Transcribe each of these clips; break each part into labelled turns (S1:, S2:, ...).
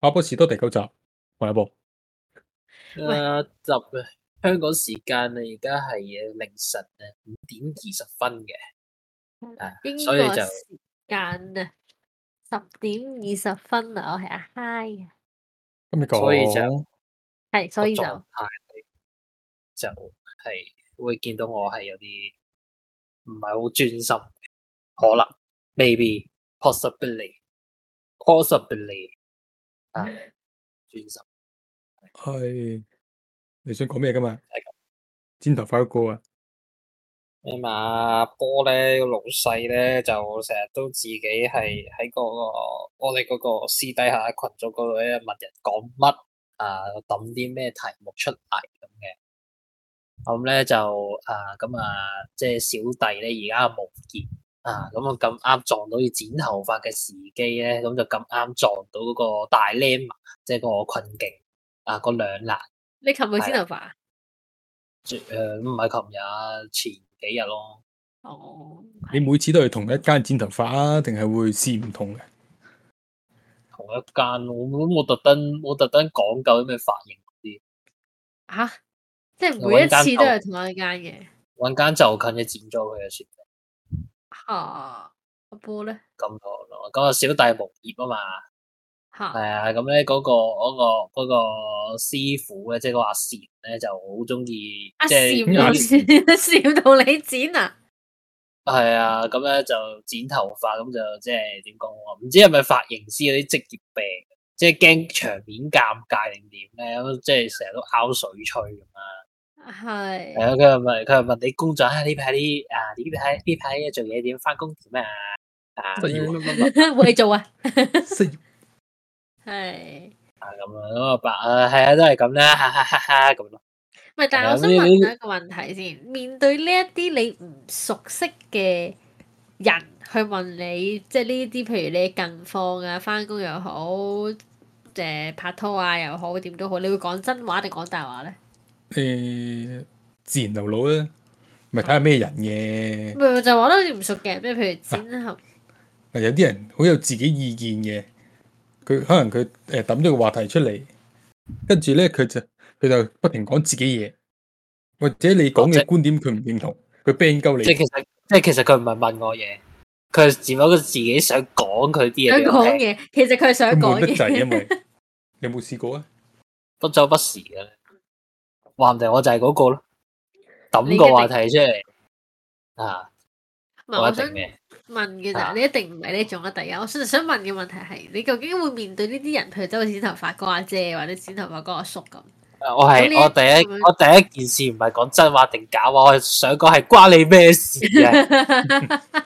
S1: 阿波士多第九集，喂阿波，
S2: 誒、集啊，香港時間啊，而家係誒凌晨啊五點二十分嘅，
S3: 嗯
S2: 啊
S3: 英
S2: 所以
S3: 國
S2: 就
S3: 時間啊，十點二十分啊，我係阿 Hi
S1: 咁你講，
S2: 所以就
S3: 啊，系，所以
S2: 個
S3: 就
S2: 狀態就係會見到我係有啲唔係好專心，可能 maybe possibly possibly 啊 專心
S1: 係你想講咩噶嘛
S2: 係？
S1: 剪頭髮嗰個啊，
S2: 啊嘛，波咧個老細咧就成日都自己係喺嗰個我哋嗰個私底下群組嗰度咧問人講乜啊，抌啲咩題目出嚟咁嘅。咁咧就啊咁啊，即係小弟咧而家無業啊，咁我咁啱撞到要剪頭髮嘅時機咧，咁就咁啱撞到嗰個大 lemma，即係個困境啊，個兩難。
S3: 你琴日
S2: 係
S3: 先頭髮啊？
S2: 誒呃唔係琴日前幾日咯。
S3: 哦，
S1: 你每次都係同一間剪頭髮啊，定係會試唔同嘅？
S2: 同一間，我咁我特登我特登講究啲咩髮型嗰啲，
S3: 吓，啊即係
S2: 我
S3: 每一
S2: 搵間
S3: 次都
S2: 頭
S3: 係同一間嘅。
S2: 揾間就近嘅剪咗佢就算
S3: 吓，阿波咧
S2: 咁多咯。咁啊小弟無業啊嘛，
S3: 吓，
S2: 係啊，咁咧嗰個嗰、個嗰、個師傅咧，即係嗰個阿善咧，就好中意
S3: 阿啊
S2: 即係
S3: 笑
S1: 有
S3: 到
S1: 啲
S3: 笑到你剪啊！
S2: 係啊，咁咧就剪頭髮，咁就即係點講啊？唔知係咪髮型師嗰啲職業病，即係驚場面尷尬定點咧？咁即係成日都拗水吹咁啊！係
S3: 係
S2: 啊，佢又問，佢又問你工作啊？呢排啲啊呢排呢排做嘢點？翻工點啊？啊嗯
S1: 失業
S2: 乜乜乜
S3: 會做啊，
S1: 失業
S3: 係。
S2: 啊咁啊咁啊白啊係啊都係咁啦，哈哈哈哈咁咯。
S3: 唔係，但係
S2: 係
S3: 我
S2: 啊
S3: 想
S2: 呢
S3: 問
S2: 呢
S3: 一個問題先。面對呢一啲你唔熟悉嘅人去問你，即係呢啲，譬如你近況啊、翻工又好、誒、拍拖啊又好，點都好，你會講真話定講大話咧？
S1: 誒呃自然流露啦，咪睇下咩人嘅。
S2: 嗯
S3: 唔係，就話得唔熟嘅，即係譬如 剪合，
S1: 嗱，有啲人好有自己意見嘅，佢可能佢誒抌咗個話題出嚟，跟住咧佢就佢就不停講自己嘢，或者你講
S2: 哦
S1: 嘅
S2: 即
S1: 觀點佢唔認同，佢 ban 鳩你。
S2: 即係其實即係其實佢唔係問我嘢，佢係只不過自己想講佢啲
S3: 想
S2: 嘢俾我
S3: 講
S2: 聽，
S3: 嘢，其實佢係想
S1: 佢悶
S3: 講
S1: 得滯，
S3: 嘢。
S1: 因為 你有冇試過啊？
S2: 不周不時嘅。話唔定我就係嗰個咯，
S3: 你
S2: 抌
S3: 一定
S2: 個話題出嚟啊！
S3: 唔係，
S2: 我
S3: 我
S2: 一定
S3: 想
S2: 嘅。
S3: 問嘅咋，
S2: 啊
S3: 你一定唔係呢種嘅第一。我想想問嘅問題係，你究竟會面對呢啲人，譬如走去剪頭髮嗰個阿姐或者剪頭髮嗰個阿叔咁？
S2: 啊我係
S3: 咁你
S2: 我第一
S3: 會唔會
S2: 我第一件事唔係講真話定假話，我係想講係關你咩事啊嘅。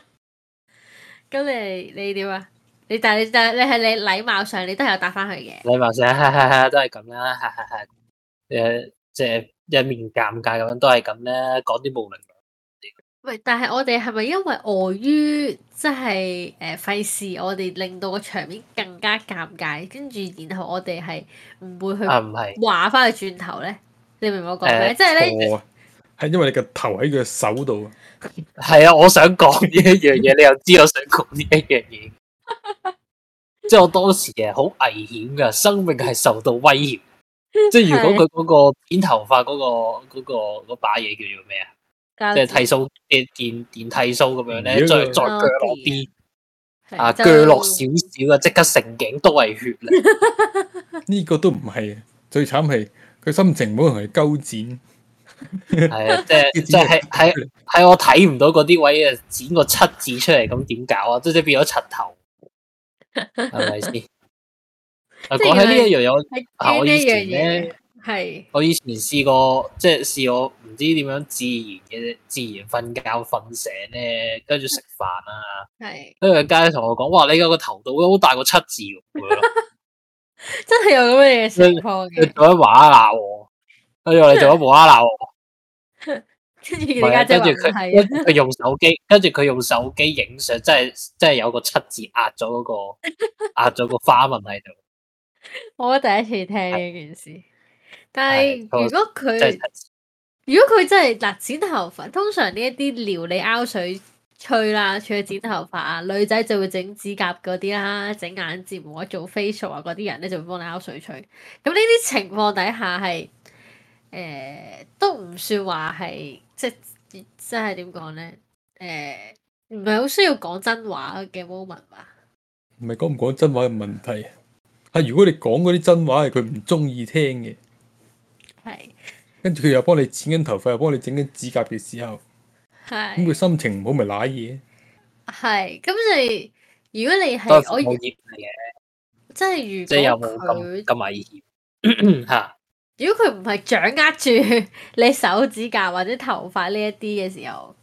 S3: 咁你你點啊？你但係你但係你係你禮貌上你都係有答翻佢嘅。
S2: 你話成日哈哈哈都係咁啦，哈哈哈。誒，即係一面尷尬咁樣，都係咁啦，講啲無論。
S3: 喂，但係我哋係咪因為礙於即係誒費事，我哋令到個場面更加尷尬，跟住然後我哋係唔會
S2: 啊，
S3: 去
S2: 唔係，
S3: 話翻去轉頭咧？你明唔明我講咩？
S2: 誒
S3: 即係咧，
S1: 錯啊，係因為你個頭喺佢個手度啊。
S2: 係啊，我想講呢一樣嘢，你又知我想講呢一樣嘢。即係我當時係好危險㗎，生命係受到威脅。即係如果佢嗰個剪頭髮嗰、個嗰、個嗰把嘢叫做咩啊？即係剃鬚電電電剃鬚咁樣咧，
S1: 嗯
S2: 再再
S3: 哦
S2: 鋸落
S3: 電
S2: 啲
S3: 係
S2: 啊，
S3: 就
S2: 鋸落少少啊，即刻成頸都係血啦。
S1: 呢個都唔係，最慘係佢心情唔好同佢鳩剪，
S2: 係啊，即 係
S1: 要剪
S2: 即係喺喺
S1: 出嚟
S2: 喺我睇唔到嗰啲位啊，剪個七字出嚟，咁點搞啊？即係變咗柒頭，係 咪先？啊，
S3: 即係
S2: 講起呢一樣嘢，我
S3: 係
S2: 啊
S3: 驚
S2: 我
S3: 呢
S2: 以
S3: 樣
S2: 前
S3: 嘢
S2: 咧，
S3: 係
S2: 我以前試過，即係試我唔知點樣自然嘅自然瞓覺瞓醒咧，跟住食飯啊，
S3: 係
S2: 跟住街同我講：哇，你個頭度好大個七字喎咁樣咯，
S3: 真係有咁嘅情況
S2: 你
S3: 嘅。
S2: 做乜無啦啦鬧我？跟住我哋做乜無啦啦鬧我？
S3: 跟住你
S2: 唔係
S3: 家
S2: 啊，
S3: 姐
S2: 跟住
S3: 話唔
S2: 佢，
S3: 係
S2: 跟住佢用手機，跟住佢用手機影相，真係真係有個七字壓咗嗰 個壓咗個花紋喺度，
S3: 我第一次聽呢件事，但係
S2: 係
S3: 如
S2: 我
S3: 果
S2: 真係
S3: 佢
S2: 七字
S3: 如果佢真係嗱剪頭髮，通常呢一啲撩你拗水吹啦，除咗剪頭髮啊，女仔就會整指甲嗰啲啦，整眼睫毛啊，做 facial 啊嗰啲人咧就會幫你拗水吹。咁呢啲情況底下係誒、呃都唔算話係即即係點講咧誒，唔係好需要講真話嘅 moment 吧。
S1: 唔係講唔講真話嘅問題。係如果你講嗰啲真話係佢唔中意聽嘅，
S3: 係
S1: 跟住佢又幫你剪緊頭髮，又幫你整緊指甲嘅時候，咁佢
S3: 係
S1: 心情唔好咪賴嘢。
S3: 係，咁你如果
S2: 都係
S3: 你係
S2: 服務
S3: 我
S2: 業嚟嘅，
S3: 即係如
S2: 即係有
S3: 果
S2: 冇
S3: 佢
S2: 咁咁危險 嚇？
S3: 如果佢唔係掌握住 你手指甲或者頭髮呢一啲嘅時候，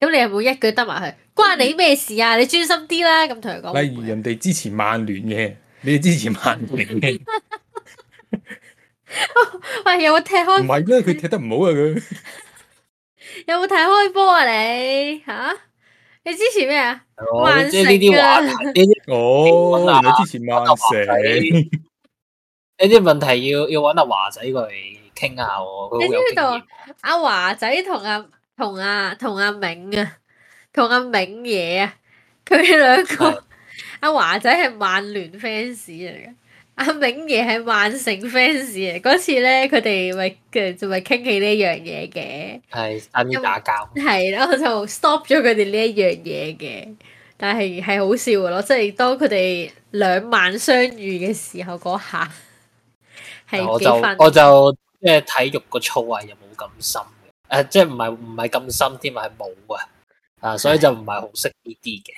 S3: 咁你有冇一句得埋佢？關你咩事啊？你專心啲啦，咁同佢講。
S1: 例如人哋支持曼聯嘅，你哋支持曼 聯嘅，
S3: 喂，有冇踢
S1: 唔係
S3: 開？
S1: 啦，佢踢得唔好啊佢。
S3: 有冇睇開波啊你？吓、你支持咩啊？
S2: 係咯
S3: 還
S2: 即係呢啲
S3: 成
S2: 話
S3: 啊
S2: 題，呢啲
S1: 哦，
S2: 啊
S1: 原來支持曼城，
S2: 呢啲問題要要揾阿華仔過嚟傾下喎，佢好
S3: 你
S2: 有
S3: 知
S2: 經
S3: 道
S2: 驗。
S3: 阿華仔同阿同阿同阿銘啊，同阿銘爺啊，佢哋兩
S2: 係
S3: 個，阿華仔係曼聯 fans 嚟嘅，阿銘爺係曼城 fans 嚟。嗰次咧，佢哋咪嘅就咪傾起呢樣嘢嘅，
S2: 係差啲打交，
S3: 係啦，我就 stop 咗佢哋呢一樣嘢嘅。但係係好笑嘅咯，即係當佢哋兩晚相遇嘅時候嗰下，係
S2: 我
S3: 幾
S2: 就
S3: 分
S2: 我就即係體育個操位又冇咁深嘅，誒即係唔係唔係咁深添，係冇啊，啊所以就唔係好識呢啲嘅。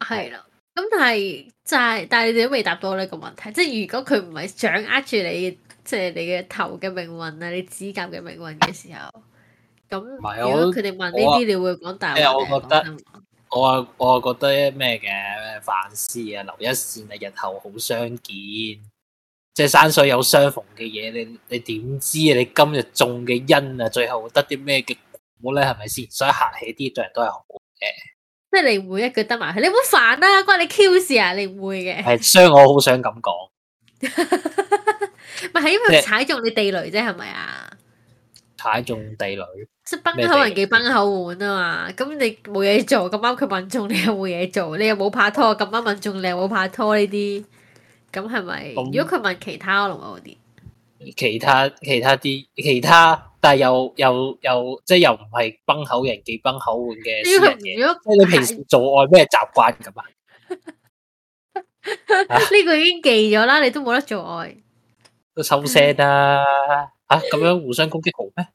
S3: 係啦，咁但係就係、但係你哋都未答到呢個問題，即係如果佢唔係掌握住你即係你嘅頭嘅命運啊，你指甲嘅命運嘅時候，咁如
S2: 係
S3: 果
S2: 我
S3: 佢哋問呢
S2: 我啊
S3: 啲，你會講大話
S2: 因為我
S3: 定係
S2: 覺
S3: 講
S2: 得
S3: 真話
S2: 我啊，我啊覺得咩嘅凡事啊留一線啊，日後好相見。即係山水有相逢嘅嘢，你你點知啊？你今日種嘅因啊，最後得啲咩嘅果咧？係咪先？所以客氣啲對人都係好嘅。
S3: 即係你唔會一句得埋佢，你唔好煩啦、關你 Q 事啊！你唔會嘅，
S2: 係，所以我好想咁講。
S3: 咪係因
S2: 即
S3: 為
S2: 係
S3: 踩中你地雷啫，係咪啊？
S2: 踩中地雷，
S3: 即係崩
S2: 咩
S3: 口
S2: 地
S3: 人忌崩口碗啊嘛，咁你冇嘢做，咁啱佢問中你又冇嘢做，你又冇拍拖，咁啱問中你又冇拍拖呢啲，咁係咪？
S2: 咁
S3: 如果佢問其他，可能會好啲。
S2: 其他其他啲其他，但係又又又即係又唔係崩口人忌崩口碗嘅
S3: 如
S2: 私
S3: 果
S2: 人嘢。
S3: 佢
S2: 啊即係你平時做愛咩習慣咁啊？
S3: 呢個已經記咗啦，你都冇得做愛，
S2: 都收聲啦！嚇咁樣互相攻擊好咩？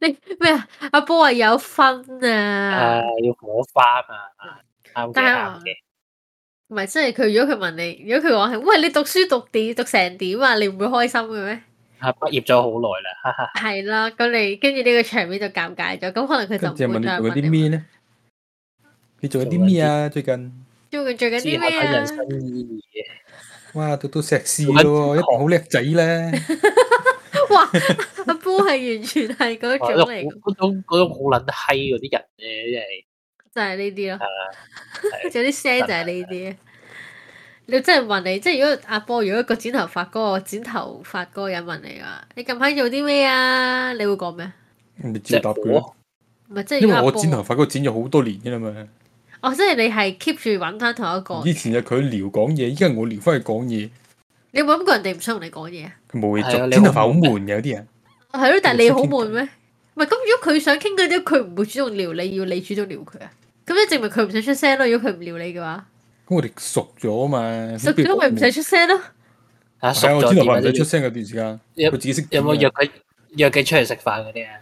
S3: 你咩啊？阿波話有分
S2: 啊
S3: 啊，，嗯
S2: 要火花嘛，啱嘅
S3: 但係
S2: 啱嘅。
S3: 唔係即係佢如果佢問你，如果佢講係喂你讀書讀點讀成點啊，你唔會開心嘅咩？
S2: 啊，畢業咗好耐啦，哈哈。
S3: 係啦，咁你跟住呢個場面就尷尬咗，咁可能佢
S1: 跟住
S3: 就
S1: 又
S3: 唔
S1: 問
S3: 會
S1: 你做
S3: 再問
S1: 緊啲
S3: 你
S1: 咩咧？你做緊啲咩啊？最近
S3: 做緊做緊
S2: 之
S3: 啲
S2: 後
S3: 咩
S2: 睇人
S3: 啊？
S2: 生意義，
S1: 哇，讀到碩士
S2: 做緊
S1: 咯，一定好叻仔咧。
S3: 哇！阿波係完全係嗰
S2: 哇
S1: 哦
S2: 嗰
S3: 種
S2: 種
S3: 嚟嘅，
S2: 嗰種嗰種好撚閪嗰啲人咧，
S3: 就係呢啲
S1: 啊
S3: 咯。
S2: 真係
S3: 有
S2: 係
S3: 啲聲就係呢啲。你真係問你，即係如果阿波，如果個剪頭髮嗰個剪頭髮嗰個人問你話，你近排做啲咩啊？你會講咩？
S1: 你照
S2: 隻
S1: 答佢咯，
S2: 火
S3: 唔係即係
S1: 因
S3: 如
S1: 為
S3: 果阿
S1: 我
S3: 波，
S1: 剪頭髮嗰個剪咗好多年㗎啦嘛。
S3: 哦，即係你係 keep 住揾翻同一個。
S1: 以前就佢撩講嘢，依家我撩翻佢講嘢，
S3: 你有冇諗過人哋唔想同你講嘢啊？
S1: 佢冇嘢
S2: 係啊
S1: 做。
S2: 你
S1: 剪頭髮好
S2: 好悶
S1: 悶嘅有啲人，
S3: 哦係咯，但係你好
S1: 傾偈
S3: 悶咩？唔係咁，如果佢想傾嗰啲，佢唔會主動撩你，要你主動撩佢啊。咁即係證明佢唔想出聲咯。如果佢唔撩你嘅話，
S1: 咁我哋熟咗啊嘛。
S3: 熟
S1: 咁不如
S3: 咗咪唔使出聲咯。
S2: 啊
S1: 係
S2: 熟
S1: 啊，我
S2: 咗
S1: 剪頭
S2: 點
S1: 髮
S2: 啊
S1: 唔使出聲嗰段時間，
S2: 有
S1: 佢自己識
S2: 有冇
S1: 剪
S2: 約
S1: 啊
S2: 佢約佢出嚟食飯嗰啲啊？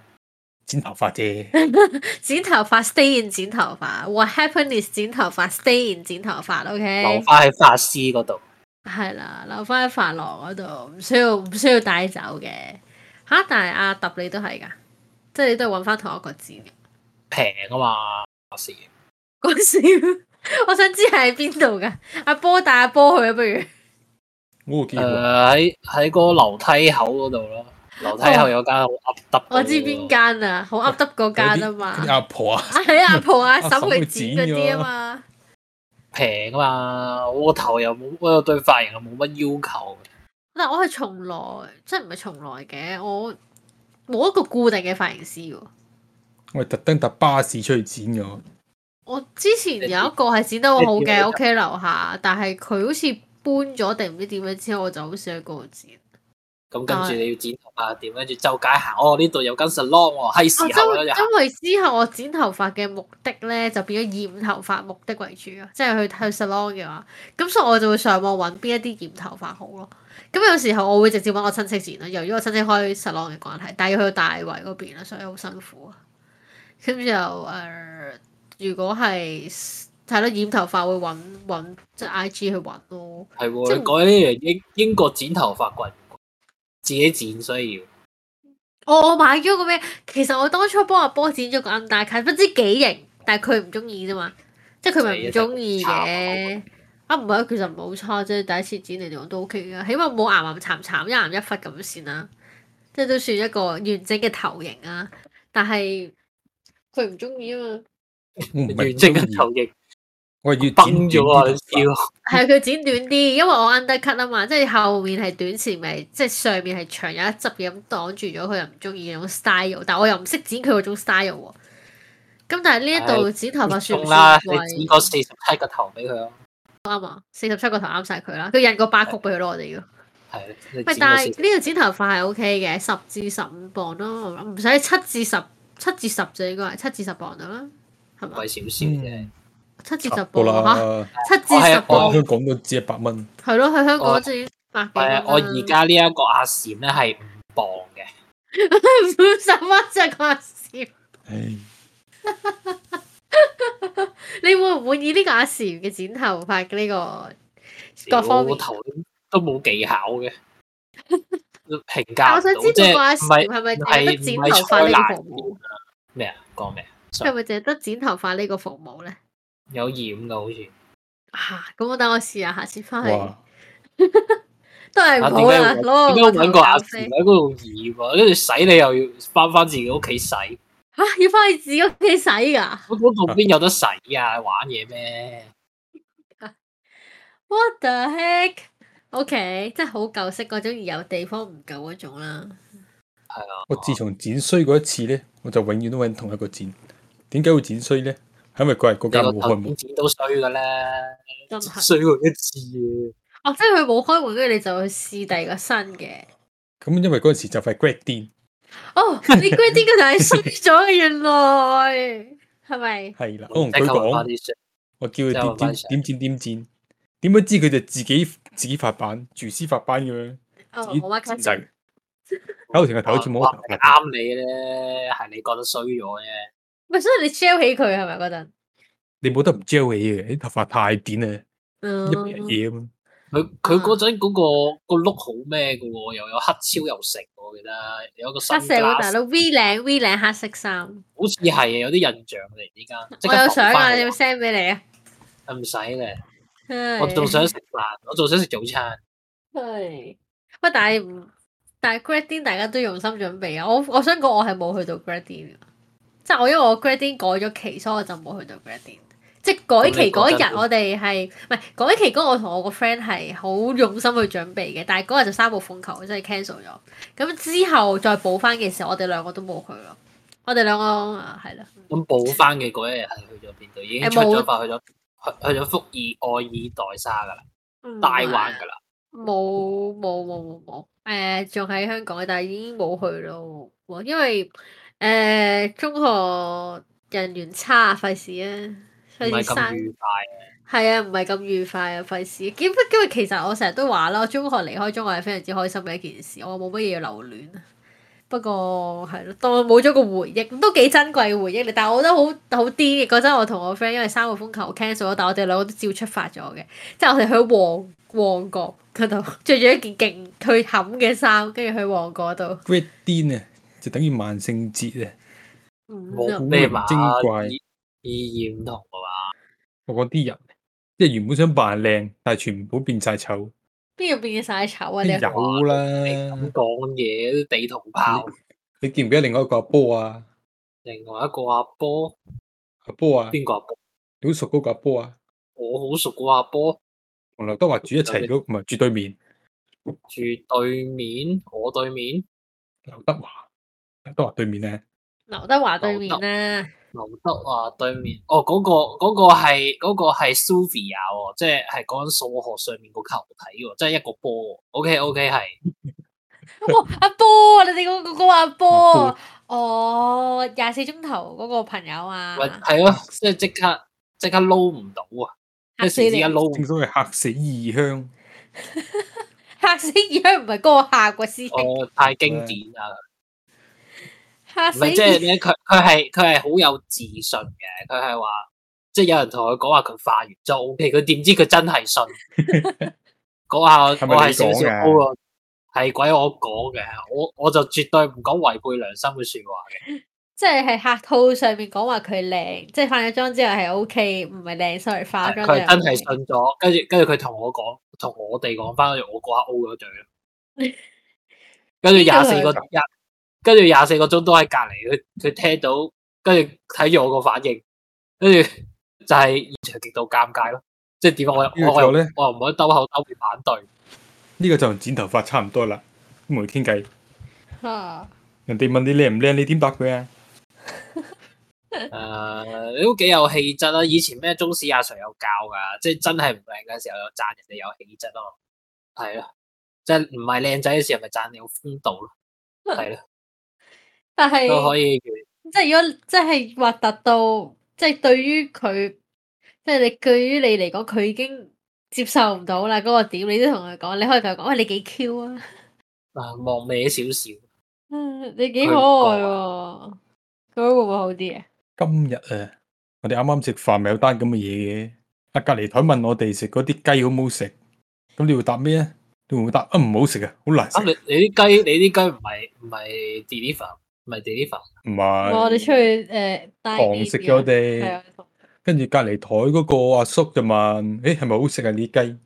S1: 剪頭髮啫？
S3: 剪頭髮，stay in 剪頭髮。What happened is 剪頭髮，stay in 剪頭髮。OK。
S2: 留翻喺法師嗰度，
S3: 係啦，留翻喺飯廊嗰度，唔需要唔需要帶走嘅吓、但係阿揼你都係㗎，即係你都係揾翻同一個字。
S2: 平啊嘛，法師。
S3: 嗰時我想知係喺邊度㗎？阿波帶阿波去啊，不如
S1: 哦我見
S2: 誒
S1: 過
S2: 喺喺個樓梯口嗰度咯，樓梯口有間好噏耷。
S3: 哦我知邊。間啊，好噏得嗰間啊
S1: 有啲
S3: 嘛。
S1: 阿婆啊，
S3: 啊係啊阿婆阿
S1: 阿
S3: 嬸
S1: 嬸
S3: 佢
S1: 佢
S3: 剪嗰
S1: 剪
S3: 啲
S1: 咗
S3: 啊嘛，
S2: 平啊嘛，我個頭又冇，我對髮型又冇乜要求。
S3: 但我係從來即係唔係從來嘅，我冇一個固定嘅髮型師喎。
S1: 我係特登搭巴士出去剪嘅我。
S3: 我之前有一個係剪得我好嘅，屋企樓下，但係佢好似搬咗定唔知點樣之後，我就好少喺嗰度剪。
S2: 咁跟住你要剪頭髮點，跟住周街行，哦呢度有間 salon 喎，
S3: 哦，
S2: 係時候啦
S3: 因
S2: 又行。
S3: 因為之後我剪頭髮嘅目的咧，就變咗染頭髮目的為主啊，即係去去 salon 嘅話，咁所以我就會上網揾邊一啲染頭髮好咯。咁有時候我會直接揾我親戚剪咯，由於我親戚開 salon 嘅關係，但係要去到大圍嗰邊啦，所以好辛苦啊。咁就誒、呃如果係係咯，染頭髮會揾揾即係 IG 去揾咯。
S2: 係
S3: 即
S2: 喎，
S3: 係
S2: 你講呢樣英英國剪頭髮貴唔貴？自己剪需要。
S3: 我我買咗個咩？其實我當初幫阿波剪咗個 undercut，不知幾型，但係佢唔中意啫嘛，即係佢咪唔中意嘅。啊唔係啊，其實唔係好差啫，第一次剪嚟講都 OK 嘅，起碼冇岩岩慘慘一岩一忽咁先啦，即係都算一個完整嘅頭型啊。但係佢唔中意啊嘛，
S1: 我唔
S2: 你
S1: 係
S2: 完整
S1: 鍾
S2: 嘅
S1: 意
S2: 頭型
S1: 我係要剪
S2: 崩咗啊！
S1: 短
S2: 你
S1: 啲
S2: 笑，
S3: 係佢剪短啲，因為我 undercut 啊嘛，即係後面係短，前咪即係上面係長，有一執嘢咁擋住咗，佢又唔中意嗰種 style，但我又唔識剪佢嗰種 style 喎。咁但係呢一度剪頭髮算唔
S2: 中啦
S3: 算，
S2: 你剪
S3: 貴？
S2: 嗰四十七個頭俾佢咯，
S3: 啱啊，四十七個頭啱晒佢啦，佢印個巴曲俾佢咯，我哋要。
S2: 係你
S3: 喂
S2: 剪，
S3: 但
S2: 嗰
S3: 係
S2: 四
S3: 呢度剪頭髮係 OK 嘅，十至十五磅咯，我諗唔使七至十，七至十就應該係七至十磅到啦，係咪？
S2: 貴少少啫。
S1: 嗯
S3: 七至
S1: 差
S3: 十
S1: 唔多
S3: 磅嚇，
S1: 啊啦。
S3: 七
S2: 我
S3: 至
S2: 係
S3: 十
S1: 我喺
S3: 磅
S1: 香港都只一百蚊，
S3: 係咯，喺香
S2: 我
S3: 港先百
S2: 係
S3: 幾蚊
S2: 啊
S3: 啦，
S2: 我而 家呢一個阿閃咧係五磅嘅，
S3: 五十蚊真係講笑，
S1: 唉，
S3: 你滿唔滿意呢個阿禪嘅剪頭髮嘅呢個？各
S2: 屌
S3: 方面
S2: 頭都冇技巧嘅，評
S3: 但
S2: 價
S3: 我
S2: 唔到
S3: 想知
S2: 即
S3: 道個阿
S2: 係唔係
S3: 禪係咪
S2: 唔
S3: 淨
S2: 係
S3: 係得剪頭髮呢個服務？
S2: 咩啊？講咩？
S3: 佢係咪淨係得剪頭髮呢個服務咧？
S2: 有染噶好似，
S3: 啊，咁我等我試下，下次翻去
S1: 哇！
S3: 都係
S2: 啊
S3: 唔
S2: 點
S3: 好
S2: 解
S3: 啦，
S2: 要
S3: 攞哦我
S2: 點解要
S3: 個
S2: 揾
S3: 頭
S2: 個阿啊
S3: 搞
S2: 閃
S3: 飛
S2: 喺嗰度染喎？跟住洗你又要翻翻自己屋企洗，嗰
S3: 嚇，要翻去自己屋企洗㗎
S2: 嗰度邊有得洗啊？玩嘢咩？
S3: ？What the heck？OK，真係好舊式嗰種，而有地方唔夠嗰種啦。
S1: 我自從剪衰嗰一次咧，我就永遠都揾同一個剪。點解會剪衰咧？係因為佢係嗰
S2: 你
S1: 間
S2: 個
S1: 冇
S2: 頭
S1: 開門
S2: 點，剪都衰噶啦，
S3: 真係
S2: 衰過一次啊！
S3: 哦，即係佢冇開門，跟住你就去試第二個新嘅。
S1: 咁因為嗰陣時就快 grad 癲，
S3: 哦，你 grad 啲 嘅就係衰咗嘅，原來係咪？
S1: 係啦。我
S2: 我
S1: 同
S2: 嗯即
S1: 佢
S2: 刻揾
S1: 講
S2: 翻。啲相，
S1: 我叫佢
S2: 之後
S1: 點
S2: 發
S1: 點點剪點剪，點不知佢就自己自己發版，廚師發版咁樣，
S3: 哦，
S1: 自己
S3: 我媽家
S1: 剪晒佢。搞到成個頭好似冇
S2: 哇
S1: 頭髮咁。
S2: 啱你咧，係你覺得衰咗啫。
S3: 喂，所以你 gel 起佢係咪嗰陣？
S1: 你冇得唔 gel 起嘅，啲頭髮太短啦，一撇
S3: 嗯，
S1: 嘢咁。
S2: 佢佢嗰
S3: 嗯
S2: 陣嗰個個碌好咩嘅喎，又有黑超又成，我記得有一個新
S3: 黑社會大
S2: glass，
S3: 佬 V 領 V 領黑色衫，
S2: 好似係啊，有啲印象嚟之間。即
S3: 我
S2: 刻
S3: 有
S2: 浮
S3: 相啊，
S2: 返
S3: 你
S2: 起
S3: 要 send 俾你啊。
S2: 啊唔使咧，
S3: 唉
S2: 我仲想食飯，我仲想食早餐。
S3: 係喂，但係唔但係 grad 啲大家都用心準備啊。我我想講我係冇去到 grad 啲嘅，即係我因為我 grad 啲改咗期，所以我就冇去到 grad 啲。即係改期
S2: 咁
S3: 嗰
S2: 你嗰陣
S3: 日，
S2: 點
S3: 我哋係唔係改期嗰日？我同我個 friend 係好用心去準備嘅，但係嗰日就三號風球，真係 cancel 咗。咁之後再補翻嘅時候，我哋兩個都冇去咯。我哋兩個啊係啦，
S2: 咁補翻嘅嗰一日係去咗邊度？已經
S3: 誒
S2: 出
S3: 冇
S2: 咗發去咗去去咗福爾愛爾代沙噶啦，
S3: 嗯
S2: 大灣噶啦。
S3: 冇冇冇冇冇，誒仲喺香港，但係已經冇去咯，因為誒、中學人緣差，費事啊，
S2: 唔
S3: 費
S2: 係
S3: 事
S2: 咁
S3: 生
S2: 愉快，
S3: 係啊，唔係咁愉快啊，費事。咁因為其實我成日都話啦，我中學離開中學係非常之開心嘅一件事，我冇乜嘢留戀。不過係咯，當我冇咗個回憶，都幾珍貴嘅回憶嚟。但係我覺得好好 癲嘅嗰陣，我同我 friend 因為三個風球 cancel 咗，但我哋兩個都照出發咗嘅。即係我哋去旺旺角嗰度， 着咗一件勁去冚嘅衫，跟住去旺角嗰度。
S1: grad 癲啊，就等於萬聖節啊！
S3: 嗯
S2: 冇
S1: 古
S2: 咩
S1: 靈
S2: 嘛
S1: 精怪，
S2: 意意義唔同嘅嘛。
S1: 我嗰啲人，即係原本想扮靚，但係全部變晒醜，
S3: 邊度變晒醜啊？你
S1: 有
S2: 你
S1: 啦
S2: 咁。講嘢啲地圖炮，
S1: 嗯你記唔記得另外一個阿波啊？
S2: 另外一個阿波
S1: 阿波啊，
S2: 邊個阿波？
S1: 你好熟嗰個阿波啊，
S2: 我好熟個阿波
S1: 同劉德華住一齊嗰唔係住對面，
S2: 住對面，我對面
S1: 劉德華，劉德華對面咧，
S3: 劉德華對面啊啦，
S2: 劉德華對面，哦，嗰、個嗰、個係嗰、個係 Sylvia 喎，即係係講緊數學上面個球體喎，即係一個波喎。OK OK 係，
S3: 哇！ 阿波啊，你哋嗰個嗰個阿
S1: 阿
S3: 波，哦，廿四鐘頭嗰個朋友啊
S2: 喂，係咯，即係即刻即刻撈唔到啊！一
S3: 嚇死
S2: 時之
S3: 你
S2: 間！撈唔
S1: 正所謂嚇死異鄉，
S3: 嚇死而家唔係嗰個嚇喎，師 兄，
S2: 哦，太經典啦！
S3: 嚇
S2: 唔
S3: 死
S2: 係即係
S3: 而
S2: 咧，佢佢係佢係好有自信嘅，佢係話即係有人同佢講話佢化完妝 OK，佢點知佢真係 信？嗰下 我
S1: 係咪
S2: 我係
S1: 你
S2: 少
S1: 講
S2: 少
S1: 嘅
S2: O 啊，係鬼我講嘅，我我就絕對唔講違背良心嘅説話嘅。
S3: 即係係客套上面講話佢靚，即係化咗妝之後係 O K，唔係靚，sorry，化咗
S2: 係
S3: 妝
S2: 啊佢係真係
S3: 係
S2: 信咗，跟住跟住佢同我講，同我哋講翻，跟住我嗰下 O 咗嘴 咯。跟住廿四個
S3: 呢
S2: 一，跟住廿四個鐘都喺隔離，佢佢聽到，跟住睇住我個反應，跟住就係現場極度尷尬咯。即係點啊？我
S1: 呢
S2: 又
S1: 個仲
S2: 我
S1: 有
S2: 又
S1: 咧
S2: 我又唔可以兜口兜面反 對。
S1: 呢個就同剪頭髮差唔多啦。咁同佢傾偈，
S3: 嚇
S1: 人哋問你靚唔靚，你點答佢啊？
S2: 誒、你都幾有氣質啦！以前咩中史阿 Sir 有教㗎，即係真係唔靚嘅時候又讚人哋有氣質咯，係咯，即係唔係靚仔嘅時候咪讚你有風度咯，係咯。
S3: 但
S2: 都
S3: 係
S2: 可以
S3: 即係如果即係核突到，即係對於佢，即係你對於你嚟講，佢已經接受唔到啦嗰個點，你都同佢講，你可以同佢講，喂，你幾 Q 啊！
S2: 啊望歪少少，
S3: 嗯你幾
S2: 佢
S3: 可
S2: 講
S3: 愛
S1: 啊
S3: 喎，咁樣會唔會好啲啊？
S1: 今日啊，我哋啱啱食飯咪有單咁嘅嘢嘅，阿隔離台問我哋食嗰啲雞好唔好食，咁你會答咩啊？你會唔會答啊唔好食啊，好難食
S2: 啊你，你啲雞你啲雞唔係唔係 deliver 唔係 deliver，
S1: 唔係
S3: 我哋出去呃誒帶
S1: 堂食咗我
S3: 係
S1: 哋，
S3: 啊，
S1: 跟住隔離台嗰個阿叔就問：，誒係咪好食啊？你啲雞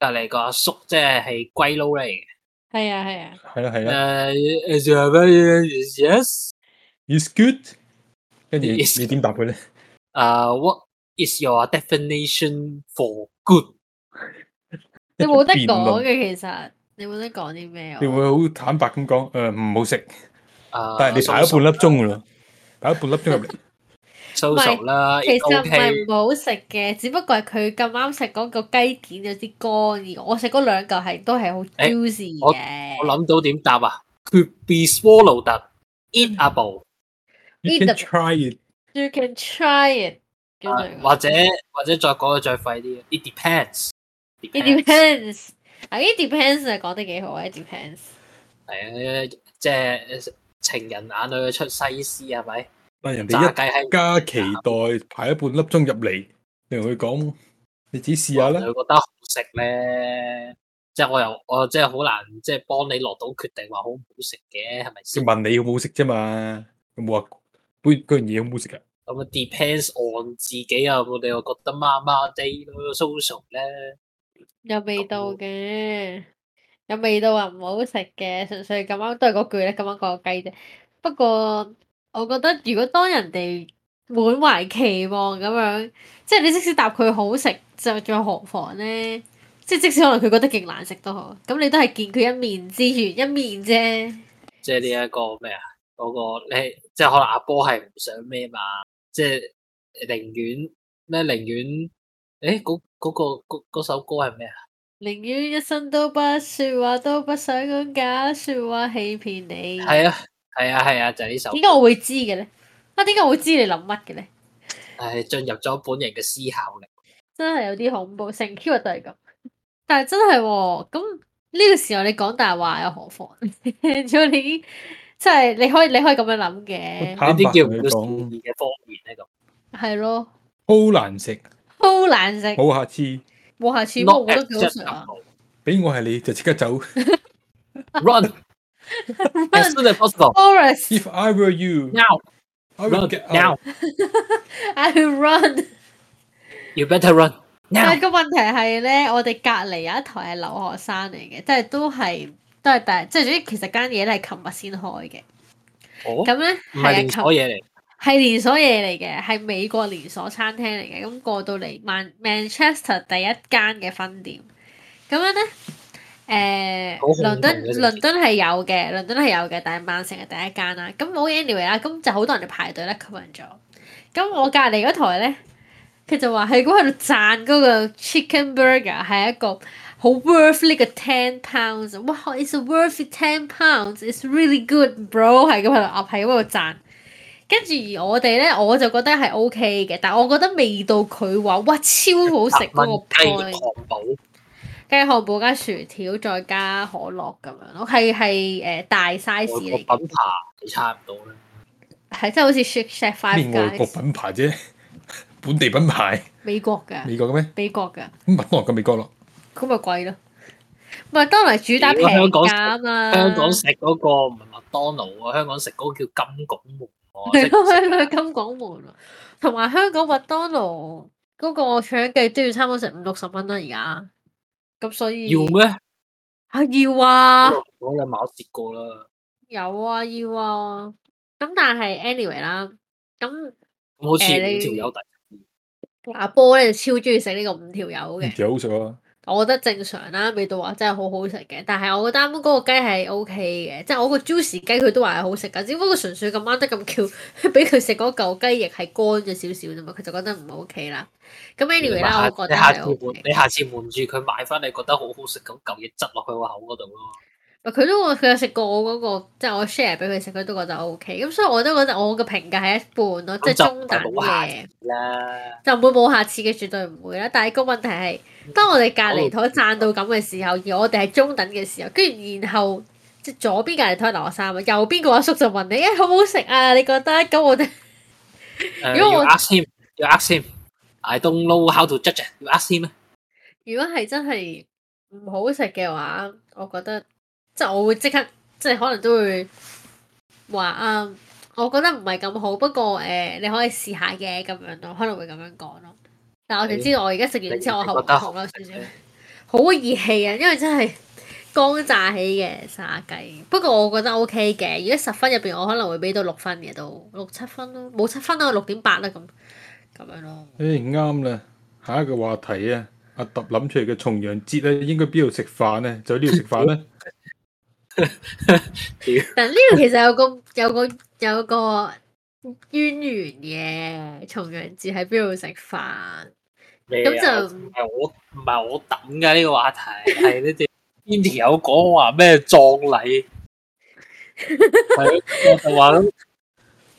S2: 隔離個阿叔即係係龜佬嚟嘅。
S3: 係啊，係啊，
S1: 係啦係啦
S2: 誒，is y e s
S1: ，is good。跟住
S2: Is-
S1: 你點答佢咧？
S2: 啊 what is your definition for good？
S3: 你冇得
S1: 辯論
S3: 講嘅其實，你冇得講啲咩啊
S1: 你？會好坦白咁講，誒唔好食，
S2: 啊，
S1: 但係你排咗半粒鐘噶啦，排咗半粒鐘 入嚟，
S2: so
S3: 唔係
S2: so 啦
S3: 其實唔係
S2: ，OK
S3: 唔好食嘅，只不過係佢咁啱食嗰個雞件有啲乾，而我食嗰兩嚿係都係好 juicy
S2: 我我
S3: 嘅。
S2: 諗到點答啊？Could be swallowed, eatable，
S1: 你
S3: Eat
S1: can
S3: the-
S1: try it。
S3: You can try it 咁
S1: 啊
S3: 樣
S2: 啊或
S3: 講。
S2: 者或者再講得再廢啲，it depends。
S3: It depends。啊，呢 depends 係講得幾好啊，it，depends。
S2: 係啊，即係情人眼裏出西施係咪？
S1: 但係人
S2: 炸
S1: 哋
S2: 雞喺
S1: 一家期待排咗半粒鐘入嚟，你同佢講，你自己試下
S2: 佢
S1: 啦。
S2: 覺得好食咧，即係我又我即係好難即係幫你落到決定話好唔好食嘅係咪
S1: 佢
S2: 先？
S1: 問你好唔好食啫嘛，佢冇話杯嗰樣嘢好唔好食啊？
S2: 咁啊 depends on 自己啊，我哋又覺得麻麻地咯，social 咧。
S3: 有味道嘅，有味道啊，唔好食嘅，純粹咁啱都係嗰句咧，咁啱講個雞啫。不過我覺得，如果當人哋滿懷期望咁樣，即係你即使答佢好食，就仲何妨呢？即係即使可能佢覺得勁難食都好，咁你都係見佢一面之緣，一面啫。
S2: 即係呢一個咩啊？嗰、個你即係可能阿波係唔想咩嘛？即係寧願咩寧願誒嗰嗰個嗰嗰首歌係咩啊？
S3: 寧願一生都不説話，都不想講假説話欺騙你。
S2: 係啊係啊係啊，就係、呢首歌
S3: 點解我會知嘅咧？啊，點解我會知你諗乜嘅咧？
S2: 係進入咗本人嘅思考力。
S3: 真係有啲恐怖，成 Q 日都係咁。但係真係喎、咁呢個時候你講大話又何妨？ 只要你已經即係你可以你可以咁樣諗嘅，
S2: 呢
S1: 坦白
S2: 啲叫
S1: 同佢
S2: 唔叫
S1: 講
S2: 善意嘅方言咧？咁
S3: 係咯，
S1: 好難食，
S3: 好難食，
S1: 冇下次。
S3: 冇下次冇
S2: Not
S3: 我都幾好食啊！
S2: acceptable.
S1: 俾我係你就即刻走。
S2: Run as soon as possible.
S3: Forest,
S1: If I were you,
S2: Now,
S1: I
S2: run
S1: would get
S2: now.
S1: out。
S3: I will run。
S2: You better run
S3: 但
S2: now.
S3: 係個問題係咧，我哋隔離有一台係留學生嚟嘅，即係都係都係大，即係總之其實間嘢咧係琴日先開嘅。
S2: 哦，
S3: 咁咧
S2: 唔係
S3: 係
S2: 連
S3: 啊，琴
S2: 鎖嘢嚟。
S3: 係連鎖嘢嚟嘅，係美國連鎖餐廳嚟嘅。咁過到嚟曼 Manchester 第一間嘅分店，咁樣咧，誒、誒，
S2: 好恐怖
S3: 倫敦
S2: 嘅城市
S3: 倫敦係有嘅，倫敦係有嘅，但係曼城係第一間啦。咁冇 anyway 啦，咁就好多人嚟排隊啦，吸引咗。咁我隔離嗰台咧，佢就話係咁喺度讚嗰個 chicken burger 係一個好 worth 呢個 ten pounds。哇，it's worth ten pounds，it's really good bro，係咁喺度噏，係咁喺度讚。跟住而我哋咧，我就覺得係 OK 嘅，但我覺得未到佢話哇超好食嗰
S2: 八蚊
S3: 個
S2: 雞
S3: point。
S2: 漢堡，
S3: 雞漢堡加薯條再加可樂咁樣咯，係係誒大 size
S2: 外
S3: 嚟，
S2: 國品牌差唔多啦。
S3: 係即係好似 Shake Shack
S1: 啲
S3: Five
S1: 外國
S3: Guys
S1: 品牌啫， 本地品牌，
S3: 美國嘅，
S1: 美國嘅咩？
S3: 美國嘅，
S1: 咁麥當勞嘅美國咯，
S3: 咁咪貴咯。麥當勞主打平
S2: 如果香港
S3: 價啊嘛，
S2: 香港食嗰個唔係麥當勞啊，香港食嗰個叫金拱門喎。
S3: 係
S2: 識唔
S3: 咯，
S2: 識
S3: 香港金港門啊，同埋香港麥當勞嗰個腸記都要差唔多成五六十蚊啦而家，咁所以
S2: 要咩？
S3: 啊要啊。
S2: 我有冇試過啦。
S3: 有啊，要啊，咁但係 anyway 啦，咁
S2: 咁好似
S3: 誒你
S2: 五條友第
S3: 阿波咧就超中意食呢個五條友嘅，
S1: 其實好食啊，
S3: 我覺得正常啦，味道話真係好好食嘅。但係我覺得啱啱嗰個雞係 O K 嘅，即係我個 juicy 雞佢都話係好食㗎，只不過純粹咁啱得咁巧，俾佢食嗰嚿雞翼係乾咗少少啫嘛，佢就覺得唔 O K 啦。咁 anyway 啦，我覺得
S2: 你下
S3: 係
S2: 次
S3: O
S2: 換，
S3: K。
S2: 你下次換住佢買翻，你覺得好好食咁嚿嘢擠落去個口嗰度咯。
S3: 唔係佢都話佢有食過我嗰、個，即係我 share 俾佢食，佢都覺得 O K。咁所以我都覺得我嘅評價係一半咯，即係
S2: 咁就
S3: 中等
S2: 冇下
S3: 嘅。
S2: 啦，
S3: 就唔會冇下次嘅，絕對唔會啦。但係個問題係，當我哋隔離台讚到咁嘅時候，而我哋係中等嘅時候，跟住然後即係左邊隔離台留我三啊，右邊個阿叔就問你：，誒、好唔好食啊？你覺得？咁我哋
S2: 誒
S3: 如果
S2: 要
S3: 我
S2: ask him，要 ask him。I don't know how to judge，it，要 ask him 咩？
S3: 如果係真係唔好食嘅話，我覺得即係我會即刻，即係可能都會話啊，我覺得唔係咁好，不過誒、呃你可以試下嘅咁樣咯，可能會咁樣講咯。但係我就知道我而家食完之後，我
S2: 你
S3: 喉
S2: 你
S3: 嚨
S2: 覺得
S3: 痛啦少少。好熱氣啊，因為真係 乾炸起嘅沙雞。不過我覺得 O K 嘅，如果十分入邊，我可能會俾到六分嘅，都六七分咯，冇七分啦，六點八啦咁咁樣咯。
S1: 誒啱啦，下一個話題啊，阿揼諗出嚟嘅重陽節咧，應該邊度食飯咧？就喺呢度食飯咧，
S3: 但呢度其實有個有個有個淵源嘅，重陽節喺邊度食飯？
S2: 咩
S3: 咁
S2: 啊
S3: 就
S2: 唔係我唔係我抌噶呢個 話題，係你哋邊條友講話咩葬 禮，係咯我就話咁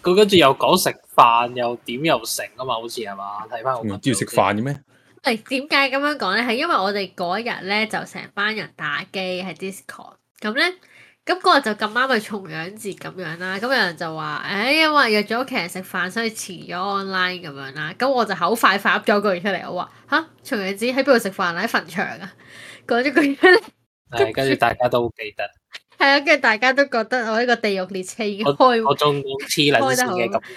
S2: 佢跟住又講食飯又點又成啊嘛，好似係嘛？睇翻我
S1: 重陽嗯節要食飯嘅咩？
S3: 誒點解咁樣講咧？係因為我哋嗰日咧就成班人打機喺 Discord，咁咧咁嗰日就咁啱係重陽節咁樣啦。咁有人就話：，誒、哎因為約咗屋企人食飯，所以遲咗 online 咁樣啦。咁我就口快快噏咗句出嚟，我話：吓，重陽節喺邊度食飯啊？喺墳場啊！講咗句出嚟，
S2: 係跟住大家都好記得，
S3: 係啊，跟住大家都覺得我呢個地獄列車已經開
S2: 我仲黐撚線嘅感覺。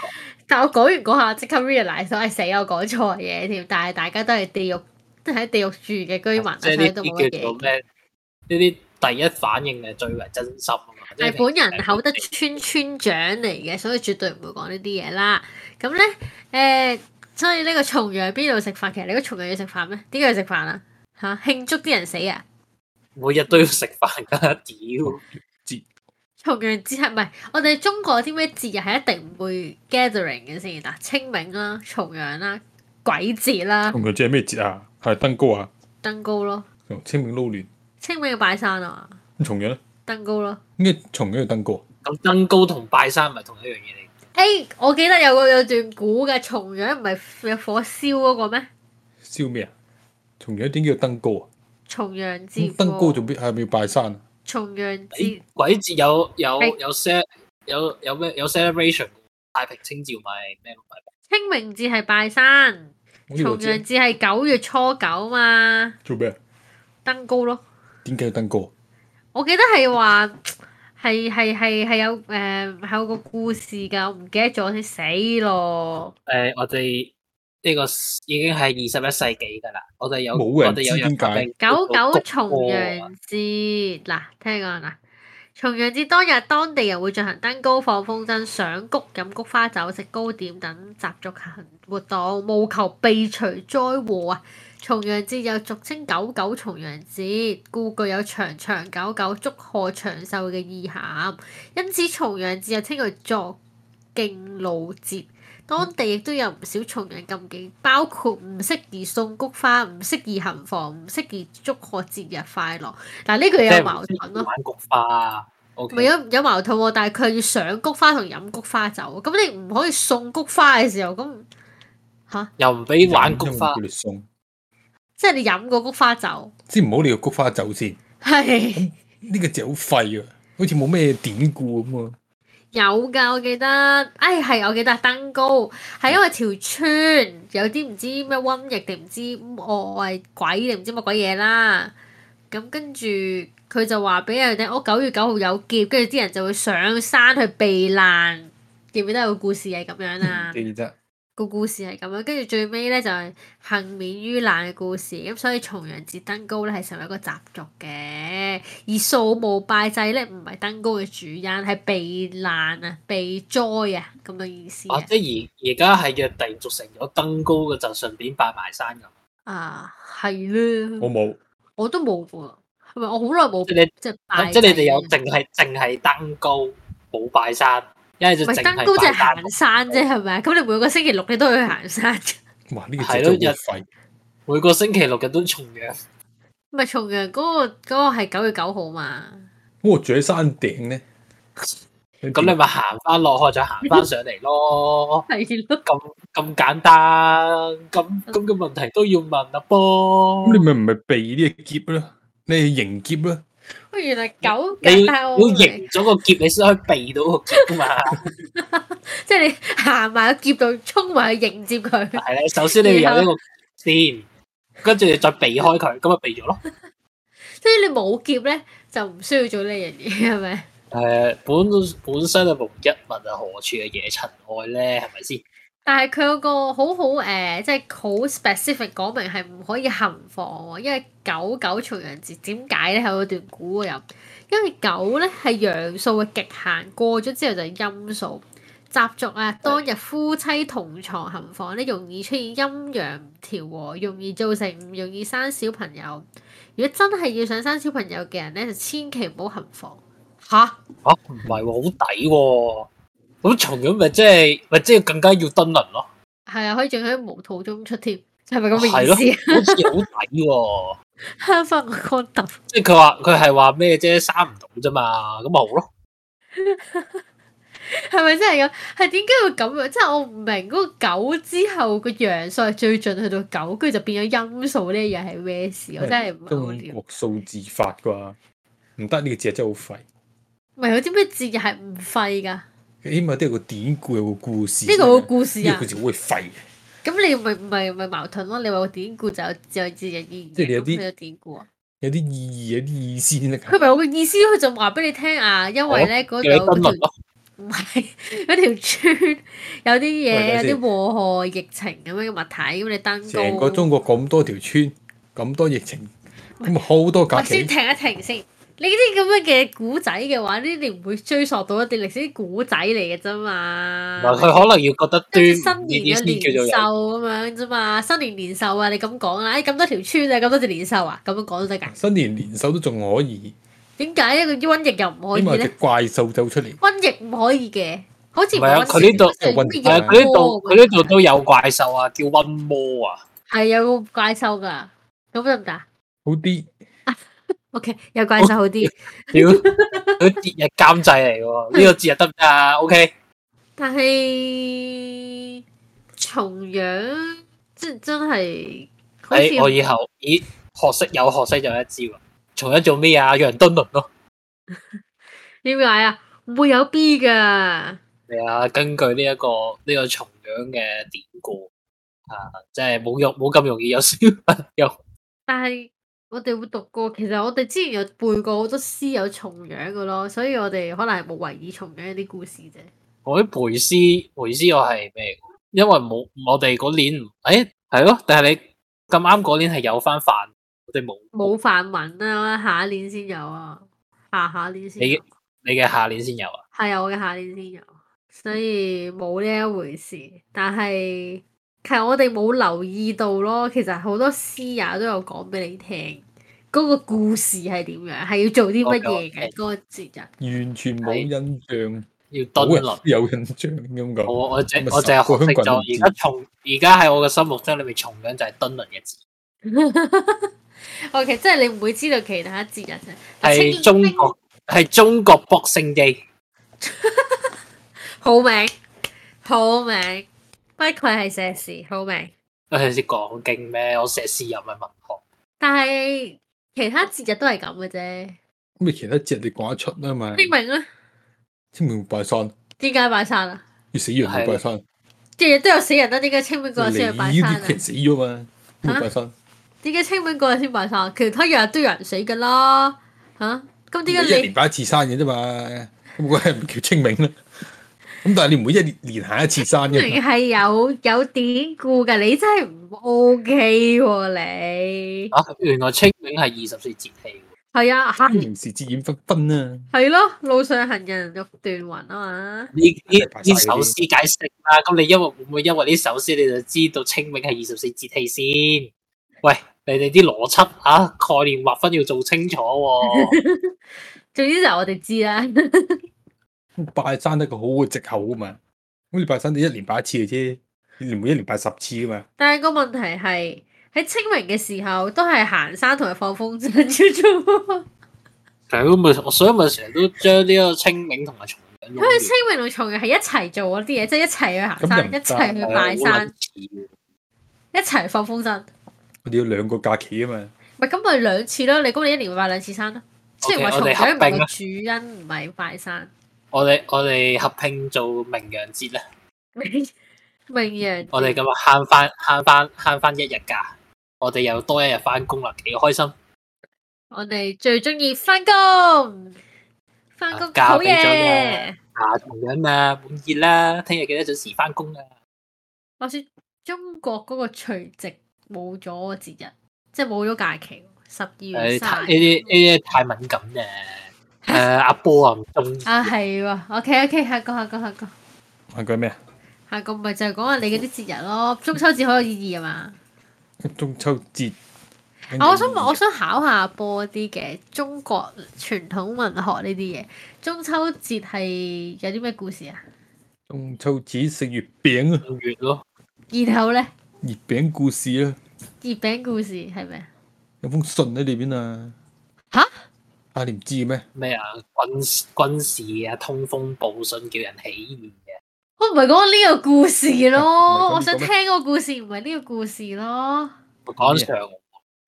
S3: 但我講完嗰下即刻 realise 咗，唉死我講錯嘢添。但係大家都係地獄，都喺地獄住嘅居民啊，
S2: 即係
S3: 所以
S2: 呢
S3: 都冇乜
S2: 啲叫做
S3: 嘢。
S2: 咩？呢啲第一反應係最為真心啊嘛。即係
S3: 係本人口得村村長嚟嘅，所以絕對唔會講呢啲嘢啦。咁咧，誒、所以呢個重陽邊度食飯？其實你個重陽要食飯咩？點解要食飯啊？嚇、慶祝啲人死啊！
S2: 每日都要食飯㗎， 屌！
S3: 重陽節係唔係？我哋中國有啲咩節日係一定唔會 gathering 嘅先嗱，清明啦、重陽啦、鬼節啦、
S1: 重陽節係咩節啊？係登高啊，
S3: 登高咯。
S1: 同清明撈亂。
S3: 清明要拜山啊嘛，
S1: 咁重陽咧，
S3: 登高咯。
S1: 應該重陽要登高啊。
S2: 咁登高同拜山唔係同一樣嘢嚟。
S3: 誒、哎我記得有個有段古嘅重陽唔係有火燒嗰個咩？
S1: 燒咩啊？重陽點叫登高啊？
S3: 重陽
S1: 咁
S3: 節
S1: 嗯登高哎
S3: 喎
S1: 仲必係咪要拜山啊？
S3: 重陽
S2: 咦
S3: 節。
S2: 鬼節有有
S3: 係
S2: 有 cel 有有咩有 celebration？太平清醮咪咩咪
S3: 清明節係拜山，
S1: 我呢個
S3: 重
S1: 知啊
S3: 陽節係九月初九嘛，
S1: 做咩啊？
S3: 登高咯。
S1: 點解要登高啊？
S3: 我記得係話係係係係有誒係、有個故事㗎，我唔記得咗先死咯。
S2: 誒，我哋呢個已經係二十一世紀㗎啦。我哋有
S1: 冇人
S2: 我哋有
S1: 知點解
S2: 人
S3: 九九
S2: 谷
S3: 重
S2: 歌啊
S3: 陽節嗱，聽講嗱，重陽節當日當地人會進行登高、放風箏、賞菊、飲菊花酒、食糕點等習俗行活動，務求避除災禍啊！重陽節又俗稱九九重陽節，故具有長長久久、祝賀長壽嘅意涵。因此，重陽節又稱為作敬路節。當地亦都有唔少重陽禁忌，包括唔適宜送菊花、唔適宜行房、唔適宜祝賀節日快樂。嗱，呢句
S2: 即係
S3: 有
S2: 唔
S3: 矛
S2: 適宜
S3: 盾咯。
S2: 玩菊花，O 啊
S3: 咪
S2: K，
S3: 有有矛盾喎，但係佢係要上菊花同飲菊花酒，咁你唔可以送菊花嘅時候，咁
S2: 又唔俾玩菊花
S1: 叫，你送，
S3: 即係你飲過菊花酒，
S1: 先唔好你要菊花酒先。
S3: 係
S1: 呢個字好廢啊，好似冇咩典故咁啊。
S3: 有㗎，我記得，哎係我記得登高係因為條村有啲唔知咩瘟疫定唔知外鬼定唔知乜鬼嘢啦，咁跟住佢就話俾人哋我九月九號有劫，跟住啲人就會上山去避難，記唔記得有個故事係咁樣啊？
S1: 記得
S3: 個故事係咁樣，跟住最尾咧就係幸免於難嘅故事，咁所以重陽節登高咧係成為一個習俗嘅，而掃墓拜祭咧唔係登高嘅主因，係避難啊、避災啊咁嘅意思
S2: 啊，
S3: 啊。
S2: 即係而而家係約定俗成咗登高嘅就順便拜埋山咁，
S3: 啊，係
S1: 我
S3: 啦，
S1: 冇，
S3: 我都冇喎，係咪我好耐冇
S2: 即係你
S3: 即係
S2: 啊
S3: 拜祭
S2: 即
S3: 啊？
S2: 係你哋有淨係淨係登高冇拜山，一係就
S3: 唔係
S2: 淨
S3: 登高就
S2: 係
S3: 係
S2: 拜山
S3: 行。山啫，係咪啊？咁你每個星期六你都去行山㗎，
S1: 哇！呢個
S2: 係
S1: 字真
S2: 咯
S1: 係
S2: 日
S1: 好廢。
S2: 每個星期六日都重陽，
S3: 唔係重陽嗰個嗰個係九月九號嘛？
S1: 咁我住喺山頂咧，
S2: 咁你咪行翻落去，再行翻上嚟咯。
S3: 係咯，
S2: 咁咁簡單，咁咁嘅問題都要問啦
S1: 咁
S3: 嗯
S1: 你
S2: 噃。
S1: 咪唔係避呢個劫咯，你係迎劫咯。
S3: 原來九
S2: 你
S3: 簡
S2: 要
S3: 單
S2: 要
S3: 我明
S2: 迎咗個劫，你先可以避到個劫噶嘛。
S3: 即係你行埋個劫度，衝埋去迎接佢。
S2: 係咧，首先你要有呢個先，跟住你再避開佢，咁咪啊避咗咯。
S3: 即係你冇劫咧，就唔需要做呢樣嘢，係咪？
S2: 誒，本本身就無一物啊，何處嘅惹塵埃咧？係咪先？
S3: 但係佢有個好好誒、呃即係好 specific 講明係唔可以行房喎，因為九九重陽節點解咧？係有段古喎又，因為九咧係陽數嘅極限，過咗之後就係陰數。習俗啊，當日夫妻同床行房咧，容易出現陰陽唔調和，容易造成唔容易生小朋友。如果真係要想生小朋友嘅人咧，就千祈唔好行房。吓？
S2: 嚇啊唔係喎，好抵喎。咁重咁咪即係咪即係更加要登輪咯？
S3: 係啊，可以仲喺無肚中出添，係咪咁
S2: 係
S3: 嘅
S2: 咯，
S3: 意思？
S2: 好似好抵喎。
S3: 慳 翻個光頭，
S2: 即係佢話佢係話咩啫，生唔到啫嘛，咁咪好咯。
S3: 係咪真係咁？係點解會咁樣？啊即係我唔明嗰個九之後個陽數係最盡去到九，跟住就變咗陰數呢樣係咩事？我真係唔係好
S1: 中
S3: 了。
S1: 國數字法啩，唔得呢個字真係好廢。
S3: 唔係有啲咩節日係唔廢㗎？
S1: 起碼都有個典故，有個故事。
S3: 呢個好故事
S1: 呢個
S3: 啊
S1: 故！事好鬼廢嘅。
S3: 咁你咪咪咪矛盾咯？你話個典故就有就有節日意義，
S1: 即係你有啲
S3: 咁有典故啊？
S1: 有啲意義，有啲意思先得㗎。
S3: 佢咪有個意思，佢就話俾你聽啊，因為
S1: 哦
S3: 咧嗰度
S2: 叫你登
S3: 嗰 條
S2: 輪咯，
S3: 唔係嗰條村有 啲
S1: 喂等
S3: 嘢有啲
S1: 先
S3: 禍害疫情咁樣嘅物體，咁你登高。
S1: 成個中國咁多條村，咁多疫情，咁好多假
S3: 我先
S1: 期。
S3: 停一停先。你呢啲咁樣嘅古仔嘅話，呢啲你唔會追溯到一啲歷史古仔嚟嘅啫
S2: 唔
S3: 嘛。
S2: 係佢可能要覺得端
S3: 跟
S2: 午
S3: 住新
S2: 呢啲
S3: 年嘅
S2: 先
S3: 年
S2: 叫做有
S3: 獸咁樣啫嘛，新年年獸啊，你咁講啦，哎咁多條村啊，咁多隻年獸啊，咁樣講都得㗎。
S1: 新年年獸都仲可以，
S3: 點解呢個瘟疫又唔可
S1: 起
S3: 以
S1: 碼有
S3: 咧
S1: 隻？怪獸走出嚟。
S3: 瘟疫唔可以嘅，好似
S2: 唔係啊
S3: 冇
S2: 佢呢度
S3: 瘟
S1: 係
S3: 疫
S2: 係啊
S1: 啊
S2: 佢呢度佢呢度都有怪獸啊，叫瘟魔啊，
S3: 係有個怪獸㗎，咁得唔得
S1: 好啲，
S3: ？OK，有怪獸好啲。
S2: 屌佢節日監製嚟嘅喎，呢個節日得唔得啊？OK，
S3: 但係重陽即真係好似
S2: 誒我以後咦學識有學識有一招啊，重一做咩啊？楊敦倫咯，
S3: 點解啊？唔會有 B 噶，
S2: 係啊，根據呢一個呢個重陽嘅典故啊，即係冇用冇咁容易有小 朋友。
S3: 但係我哋會讀過，其實我哋之前有背過好多詩有重陽嘅咯，所以我哋可能係冇為意重陽啲故事啫。
S2: 我啲培師，培師我係咩？因為冇我哋嗰年，誒係咯，但係你咁啱嗰年係有翻飯，我哋冇
S3: 冇範文啦、下一年先有啊，下下年先有
S2: 你，你嘅下年先有啊。
S3: 係啊，我嘅下年先有，所以冇呢一回事。但係其實我哋冇留意到咯。其實好多師也都有講俾你聽，嗰、個故事係點樣，係要做啲乜嘢嘅嗰個節日。
S1: 完全冇印象，
S2: 要蹲
S1: 冇人
S2: 輪。
S1: 有印象咁講。
S2: 我我淨
S1: 咁咪
S2: 我淨係
S1: 十個
S2: 學識
S1: 香港人
S2: 咗，而家重而家喺我嘅心目中裏面重緊就係蹲輪嘅字，
S3: O K，即係你唔會知道其他節日嘅。
S2: 係
S3: 清
S2: 中國係中國 boxing day。
S3: 好名，好名，不愧係碩士，好名。
S2: 嗰陣時講經咩？我碩士又唔係文學，
S3: 但係其他節日都係咁嘅啫。
S1: 咁你其他節日你講得出啊嘛？
S3: 明明咧，
S1: 清明拜山，
S3: 點解拜山啊？
S1: 要死人要拜山，
S3: 日日都有死人啦，點解清明嗰日
S1: 你
S3: 先
S1: 呢
S3: 去拜山
S1: 啲
S3: 啊
S1: 其？實死咗嘛？要
S3: 啊
S1: 拜山，
S3: 點解清明嗰日先拜山啊？其他日日都有人死噶啦，吓、咁點
S1: 你一
S3: 解
S1: 年
S3: 你
S1: 拜一次山嘅啫嘛？咁嗰係唔叫清明咧？咁但係你唔會一年連下一次啊山
S3: 明
S1: 嘅
S3: 明，係有有典故㗎？你真係唔 O K 喎你。
S2: 啊，原來清明係二十四節氣喎。
S3: 係啊， 係
S1: 平時節染紛紛啊！
S3: 係咯，路上行人欲斷魂啊嘛。
S2: 呢呢
S1: 係白晒
S2: 呢
S1: 嗰啲
S2: 首詩解釋啦，咁你因為會唔會因為呢首詩你就知道清明係二十四節氣先？喂，你哋啲邏輯嚇、啊概念劃分要做清楚喎、
S3: 總之就係我哋知啦。
S1: 拜山得個好嘅藉口啊嘛。咁你拜山你一年拜一次嘅啫，你唔會一年拜十次啊噶嘛。
S3: 但係個問題係喺清明嘅時候都係行山同埋放風箏啫 啫喎。
S2: 咁咪我所以咪成日都將呢個清明同埋重陽
S3: 因為清明同重陽係一齊做嗰啲嘢，即係一齊去行
S1: 咁又唔
S3: 山，
S1: 得啊
S3: 一齊去拜山，，一齊放風箏。
S1: 我哋要兩個假期啊嘛。
S3: 咪咁咪兩次咯？你咁你一年拜兩次山咯？雖然
S2: OK，
S3: 話重
S2: 我哋合
S3: 陽
S2: 併啊
S3: 唔係個
S2: 啦
S3: 主因，唔係拜山。
S2: 我哋我哋合拼做明陽節啦，
S3: 明陽，
S2: 我哋咁啊慳翻慳翻慳翻一日假，我哋又多一日翻工啦，幾開心！
S3: 我哋最中意翻工，翻工
S2: 啊交
S3: 好
S2: 俾咗
S3: 嘢。
S2: 啊，同樣嘛，滿意啦，聽日記得準時翻工啊！
S3: 話說中國嗰個除夕冇咗個節日，即係冇咗假期，十二月
S2: 誒，太
S3: 三
S2: 呢啲呢啲太敏感嘅。誒，阿波啊，唔中意。
S3: 啊，係喎。OK OK，下個下個下個
S1: 係佢咩啊？
S3: 下個咪就係講下你嗰啲節日咯。中秋節好有意義啊嘛。
S1: 中秋節。
S3: 啊我想問我想考下波啲嘅中國傳統文學呢啲嘢。中秋節係有啲咩故事啊？
S1: 中秋節食月餅啊，
S2: 五月咯，
S3: 然後咧，
S1: 月餅故事啊，
S3: 月餅故事係咩啊？
S1: 有封信喺裏邊啊。
S3: 吓？
S1: 啊，你唔知嘅咩？
S2: 咩啊？軍軍事啊，通風報信叫人起義啊嘅。
S3: 我唔係講呢個故事
S1: 啊唔係
S3: 咯，
S1: 咁
S3: 我想
S1: 講咩
S3: 聽嗰個故事，唔係呢個故事咯。
S2: 講上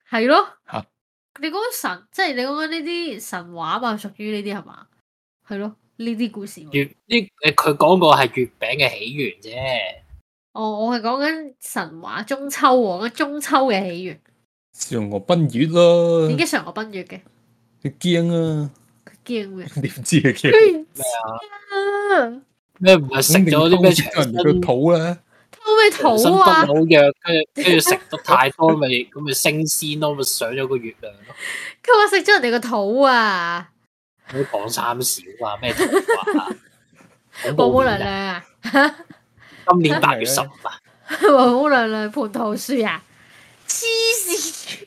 S3: 係咯。
S1: 嚇
S3: 你講神，即係你講緊呢啲神話嘛，屬於呢啲係嘛？係咯，呢啲故事喎。
S2: 月呢？誒，佢講過係月餅嘅起源啫。
S3: 哦，我係講緊神話中秋喎，講中秋嘅起源。
S1: 嫦娥奔月咯
S3: 點，解嫦娥奔月嘅？
S1: 你驚啊？
S3: 佢驚咩？
S1: 你唔知嘅驚。
S3: 咩
S2: 啊
S3: 啊？
S2: 咩唔係食咗啲咩長
S1: 人哋個
S2: 生
S1: 肚啦，
S3: 偷咩
S2: 長生
S3: 肚
S2: 不
S3: 啊？
S2: 老藥？跟住跟住食得太多，咪咁咪升仙咯，咪上咗個月亮咯。
S3: 佢話食咗人哋個肚啊！
S2: 唔好講三少啊，咩童話啊？
S3: 王母娘娘啊，
S2: 今年八月十五啊！
S3: 王母娘娘蟠桃樹啊，黐線！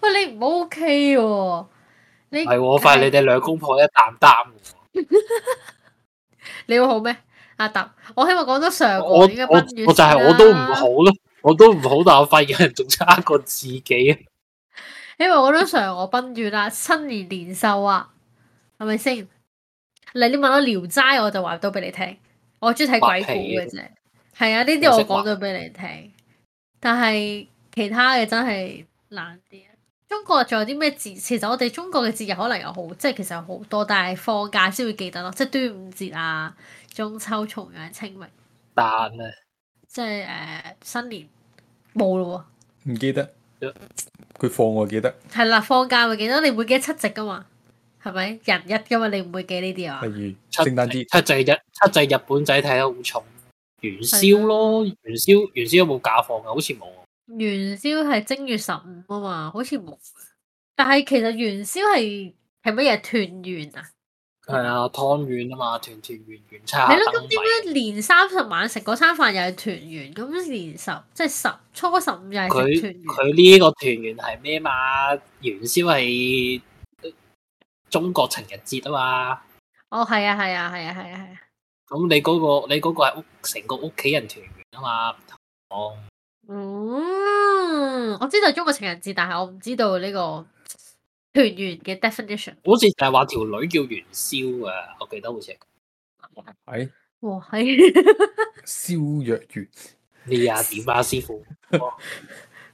S3: 喂，你唔 OK 喎？你
S2: 係喎，我發現你哋兩公婆一擔擔喎。
S3: 你會好咩？阿揼，我希望講到上
S2: 我我
S3: 我
S2: 我
S3: 應該奔月
S2: 就係
S3: 先啦
S2: 我都唔好。咯，我都唔好，但我發現有人仲差過自己啊！
S3: 希望講到上我奔月啦，新年年獸啊，係咪先？嗱，你問我《聊齋》，我就話到俾你聽，我中意睇鬼故嘅啫。係啊，呢啲我講咗俾你聽，但係其他嘅真係難啲啊。中國仲有啲咩節？其實我哋中國嘅節日可能有好，即係其實有好多，但係放假先會記得咯，即係端午節啊、中秋、重陽、清明。
S2: 但啊，
S3: 即係誒、呃新年冇咯
S1: 唔記得。佢放我記得，
S3: 喎，係啦，放假咪記得，你唔會記得七夕噶嘛，係咪人日噶嘛，你唔會記呢啲啊
S1: 例？如
S2: 七
S1: 聖誕節
S2: 七仔日七仔日本仔睇得好重，元宵咯，元宵元宵有冇假放㗎？好似冇啊。
S3: 元宵係正月十五啊嘛，好似冇。但係其實元宵係係乜嘢團圓啊？
S2: 係啊，湯圓啊嘛，團團圓圓叉下
S3: 係咯，
S2: 燈
S3: 咁點
S2: 米。
S3: 解連三十晚食嗰餐飯又係團圓？咁連十即係十初十五又係食團
S2: 佢
S3: 圓？
S2: 佢呢個團圓係咩嘛？元宵係呃中國情人節啊嘛。
S3: 哦，係啊，係啊，係啊，係啊，係啊，
S2: 咁你嗰、個你嗰個係屋成個屋企人團圓啊嘛。哦，
S3: 嗯，我知道中國情人節，但係我唔知道呢個團圓嘅 definition。
S2: 好似就係話條女叫元宵啊，我記得好似係咁。
S1: 係
S3: 哇，係
S1: 哎蕭若元，
S2: 你啊點啊，師傅？
S3: 佢
S2: 好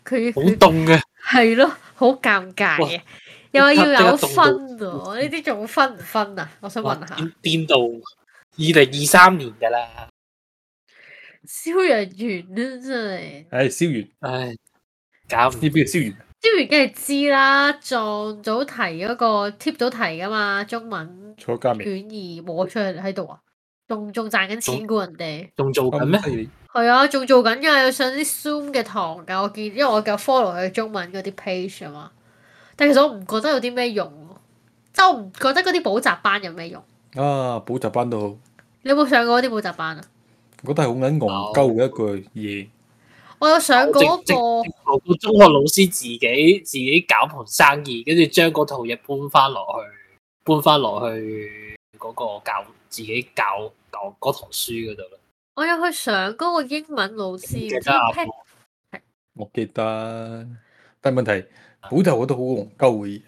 S3: 佢
S2: 凍嘅，
S3: 係咯，好尷尬
S2: 哇
S3: 嘅，又話
S2: 即刻
S3: 要有
S2: 即刻中
S3: 分
S2: 到
S3: 喎， 呢啲仲分唔分啊？我想
S2: 哇
S3: 問下，
S2: 邊邊度？二零二三年㗎啦，
S3: 蕭若元咧真
S1: 係
S3: 係〜
S1: 哎蕭元，
S2: 唉，搞唔
S1: 呢邊係蕭元，
S3: 知唔梗係知啦，撞到題嗰、個貼到題噶嘛，中文
S1: 坐家明
S3: 卷二摸出嚟喺度啊，仲仲賺緊錢估人哋，
S2: 仲做緊咩
S1: 咁？哦犀利
S3: 係啊，仲做緊㗎，有上啲 Zoom 嘅堂㗎，我見，因為我夠 follow 佢中文嗰啲 page 啊嘛，但其實我唔覺得有啲咩用喎，即係我唔覺得嗰啲補習班有咩用，
S1: 啊！補習班都好，
S3: 你有冇上過嗰啲補習班啊？
S1: 我覺得係好撚戇鳩嘅一句
S2: 哦
S1: 嘢。
S3: 我有上過一
S2: 直
S3: 個。
S2: 我個中學老師自己自己搞盤生意，跟住將嗰套嘢搬翻落去，搬翻落去嗰個教自己教教嗰堂書嗰度啦。
S3: 我有去上嗰個英文老師，
S2: 記
S3: 唔知
S2: 得啊
S3: Pat
S1: 我記得，但係問題補習我覺得好戇鳩嘅嘢。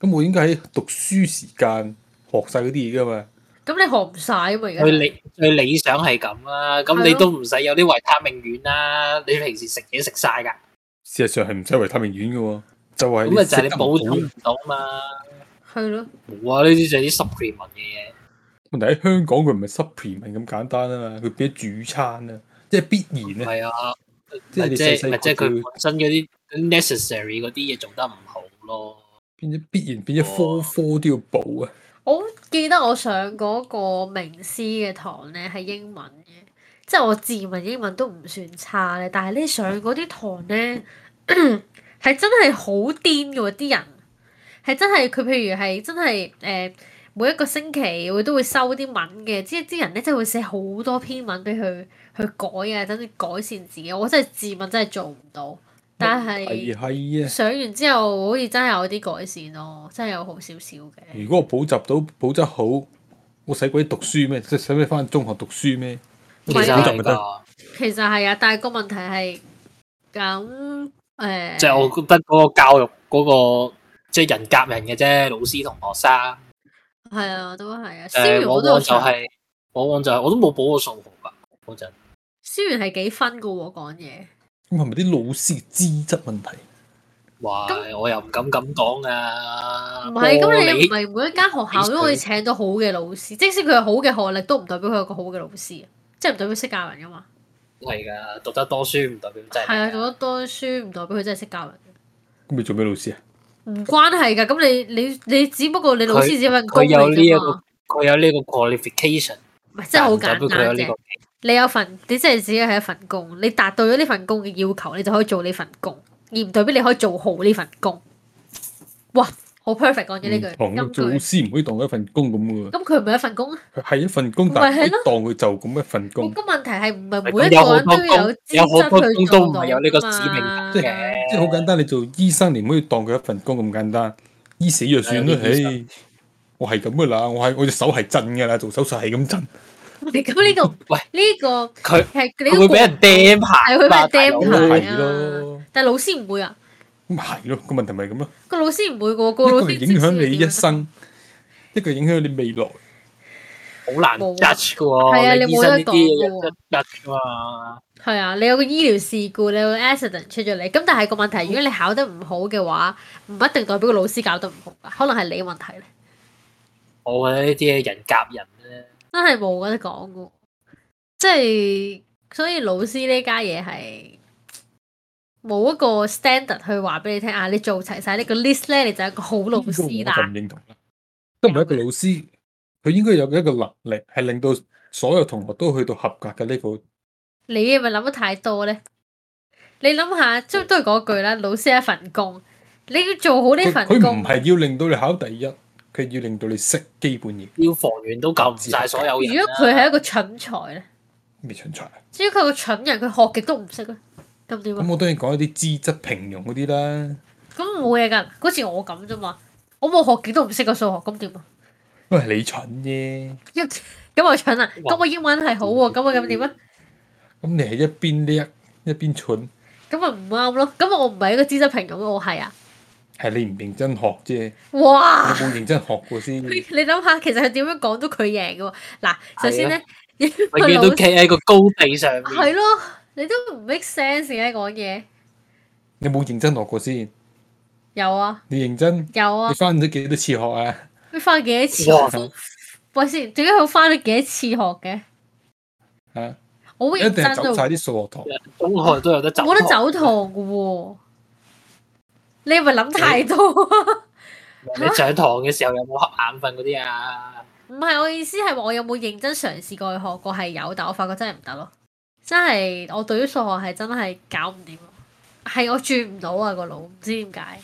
S1: 咁我應該喺讀書時間學晒嗰啲嘢㗎嘛。
S3: 咁你學唔晒啊嘛而家
S2: 最。理最理想係咁啦，咁
S3: 係
S2: 你
S3: 咯
S2: 都唔使有啲維他命丸啦，你平時食嘢食晒㗎，
S1: 事實上係唔使維他命丸嘅喎，就係
S2: 咁咪就係
S1: 食
S2: 你
S1: 得唔
S2: 補
S1: 好
S2: 充唔到嘛。
S3: 係咯，
S2: 冇啊，呢啲就係啲 supplement 嘅嘢。
S1: 問題喺香港佢唔係 supplement 咁簡單啊嘛，佢變咗主餐啊，即係必然啊，
S2: 係啊，
S1: 即係
S2: 咪
S1: 你
S2: 即
S1: 細
S2: 係
S1: 細
S2: 咪即係
S1: 個
S2: 佢
S1: 佢
S2: 本身嗰啲 necessary 嗰啲嘢做得唔好咯。
S1: 變咗必然變咗
S2: 哦
S1: 科科都要補啊，
S3: 我好記得我上嗰個名師嘅堂咧係英文嘅，即係我自問英文都唔算差咧，但係咧上嗰啲堂咧 係真係好癲嘅喎，啲人係真係佢譬如係真係誒、呃每一個星期會都會收啲文嘅，即係啲人咧真係會寫好多篇文俾佢去改啊，等佢改善自己。我真係自問真係做唔到，但
S1: 係
S3: 係
S1: 係啊！
S3: 上完之後好似真係有啲改善咯，真係有好少少嘅。
S1: 如果我補習到補習好，我使鬼讀書咩？即係使唔使翻中學讀書咩？
S2: 其
S3: 唔係
S2: 實
S3: 啊
S1: 補習咪
S2: 係
S1: 得。
S2: 㗎。
S3: 其實係啊，但係個問題係咁誒，
S2: 即係我覺得嗰個教育嗰、個即係人夾人嘅啫，老師同學生
S3: 係啊，都係啊。思
S2: 誒，
S3: 源
S2: 往
S3: 我
S2: 往
S3: 都
S2: 就
S3: 有上，
S2: 係、往往就係、我都冇補過數學噶嗰陣，
S3: 思源係幾分噶喎講嘢，
S1: 咁係咪啲老師嘅資質問題？
S2: 哇！我又唔敢咁講啊，
S3: 唔係咁你唔
S2: 玻璃
S3: 係每一間學校都可以請到好嘅老師，即使佢有好嘅學歷，都唔代表佢有個好嘅老師，啊即係唔代表識教人噶嘛。
S2: 係㗎，讀得多書唔代表真係
S3: 係啊，讀得多書唔代表佢真係識教人，
S1: 咁你做咩老師啊？
S3: 唔關係㗎。咁你你你只不過你老師只係份工
S2: 佢
S3: 嚟
S2: 有呢、一
S3: 啫嘛
S2: 個，佢有呢個 qualification，
S3: 唔係真係
S2: 但唔
S3: 好簡
S2: 代表佢有
S3: 單
S2: 呢
S3: 啫
S2: 個。
S3: 你有份，你真係只係一份工，你達到咗呢份工嘅要求，你就可以做呢份工，而唔代表你可以做好呢份工。哇，好 perfect 講咗呢
S1: 唔
S3: 句
S1: 同啊
S3: 金
S1: 做老
S3: 句。
S1: 師唔可以當佢一份工咁嘅喎，
S3: 咁佢唔係一份工啊？
S1: 佢係一份工，
S3: 咪
S1: 但係
S3: 係
S1: 唔可以當佢就咁一份
S3: 咁
S1: 工。
S3: 個問題係唔
S2: 咪
S3: 係每
S2: 咁
S3: 一
S2: 有
S3: 個
S2: 好
S3: 人
S2: 多
S3: 都要
S2: 工
S3: 有，
S2: 有好
S3: 資
S2: 多
S3: 質
S2: 工
S3: 去
S2: 都唔
S3: 做到
S2: 係有呢個使命
S3: 嘛
S2: 感
S1: 即係
S3: 啊
S2: 嘅，
S1: 即係好簡單，你做醫生你唔可以當佢一份工咁簡單，醫死藥算啦。
S2: 係啊醫生
S1: 唉，我係咁噶啦，我係我隻手係震噶啦，做手術係咁震。
S3: 咁呢個
S2: 喂
S3: 呢個
S2: 佢
S3: 係你
S2: 佢會俾人釘牌
S3: 係會俾
S2: 嘛，
S3: 人
S2: 大
S3: 釘
S2: 佬
S1: 牌
S3: 牌
S1: 係
S3: 啊
S1: 咯！
S3: 但係老師唔會啊，
S1: 咁係咯，個問題咪咁咯。
S3: 個老師唔會個個
S1: 一
S3: 老
S1: 個
S3: 師
S1: 係影響
S3: 知識
S1: 你
S3: 點
S1: 一
S3: 樣
S1: 生，一個影響你未來。
S2: 好難
S3: 冇
S2: judge 嘅
S3: 係啊
S2: 喎，
S3: 你
S2: 醫
S3: 冇
S2: 生
S3: 得
S2: 呢啲
S3: 講
S2: 嘢
S3: 㗎喎
S2: judge 㗎嘛。
S3: 係啊，你有個醫療事故，你有個 accident 出咗嚟，咁但係個問題，如果你考得唔好嘅話，唔一定代表個老師教得唔好噶，可能係你問題咧，
S2: 我覺得呢啲嘢人夾人咧，
S3: 真係冇得講噶，即係所以老師呢家嘢係冇一個 standard 去話俾你聽啊，你做齊晒呢個 list 咧，你就係一個好老師
S1: 呢個我就唔
S3: 啦。
S1: 認同啦。都唔係一個老師，佢應該有一個能力係令到所有同學都去到合格嘅呢個。
S3: 你係咪諗得太多咧？你諗下，
S1: 嗯
S3: 即係都係嗰句啦，老師係一份工，你要做好呢份
S1: 佢佢
S3: 工
S1: 唔。係要令到你考第一，佢要令到你識基本嘢，
S2: 消防員都救唔晒所有人
S3: 如
S2: 啦
S3: 果佢係一個蠢材咧，
S1: 咩蠢材啊？
S3: 至於佢個蠢人，佢學極都唔識咧，咁點啊
S1: 咁？我當然講一啲資質平庸嗰啲啦。
S3: 咁冇嘢㗎，嗰次我咁啫嘛，我冇學極都唔識個數學，咁點啊？
S1: 喂，你蠢啫，
S3: 因咁我蠢啊，
S2: 哇嗯
S3: 咁我英文係好喎，咁我咁點啊？
S1: 咁你係一邊叻一邊蠢，
S3: 咁咪唔啱咯，咁我唔係一個資質平庸，我係啊，
S1: 係你唔認真學啫，你
S3: 哇！
S1: 冇認真學過先。
S3: 你諗下，其實佢點樣講都佢贏嘅喎。嗱，首先
S2: 啊
S3: 咧，個
S2: 永遠
S3: 老
S2: 都企喺個高地上面。
S3: 係啊咯，你都唔 make sense 嘅講嘢。
S1: 你冇認真學過先，
S3: 有啊，
S1: 你認真，
S3: 有啊
S1: 你，翻咗幾多次學啊？
S3: 你翻咗幾多次
S2: 哇
S3: 學？喂先，點解佢翻咗幾多次學嘅？
S1: 啊，
S3: 我好
S1: 一
S3: 認
S1: 定
S3: 真
S1: 係走晒
S3: 喎，
S1: 啲數學堂。
S2: 中學都有得走，
S3: 冇得走堂嘅喎。你係咪諗太多啊？
S2: 你上堂嘅時候有冇瞌眼瞓嗰啲啊？
S3: 唔係，我意思係話我有冇認真嘗試過去學過係有，但我發覺真係唔得咯，真係我對於數學係真係搞唔掂咯，係我轉唔到啊個腦，唔知點解，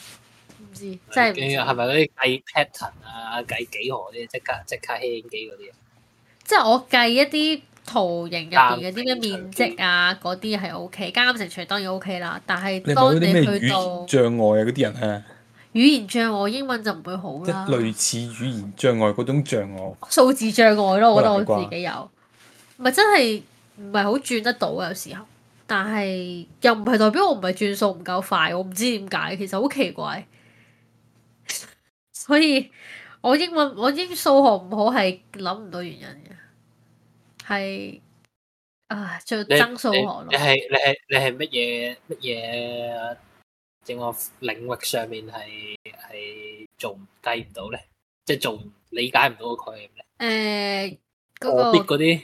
S3: 唔知真係唔
S2: 跟住係
S1: 啊
S3: 知，
S2: 咪嗰啲計 pattern 啊、計幾何嗰啲，即刻即刻輕機嗰啲啊？
S3: 即係我計一啲圖形入邊嗰啲咩
S2: 減乘
S3: 面積啊嗰啲係 O K，加減乘除當然 O K 啦，但
S1: 你
S3: 係
S1: 係咪嗰
S3: 當
S1: 啲
S3: 你
S1: 咩
S3: 去
S1: 語言
S3: 到
S1: 障礙啊嗰啲人啊，
S3: 語言障礙，英文就唔會好
S1: 即係
S3: 啦，
S1: 類似語言障礙嗰種障礙。
S3: 數字障礙咯，我覺得
S1: 可能係啩
S3: 我自己有，唔係真係唔係好轉得到啊有時候，但係又唔係代表我唔係轉數唔夠快，我唔知點解，其實好奇怪。 所以我英文我英數學唔好係諗唔到原因嘅，係啊最
S2: 你
S3: 憎數學
S2: 你
S3: 咯
S2: 你，係你係你係乜嘢乜嘢？正我領域上面係係做唔計唔到咧，即係做唔理解唔到個概念咧。
S3: 誒嗰
S2: 我必
S3: 個。
S2: 嗰啲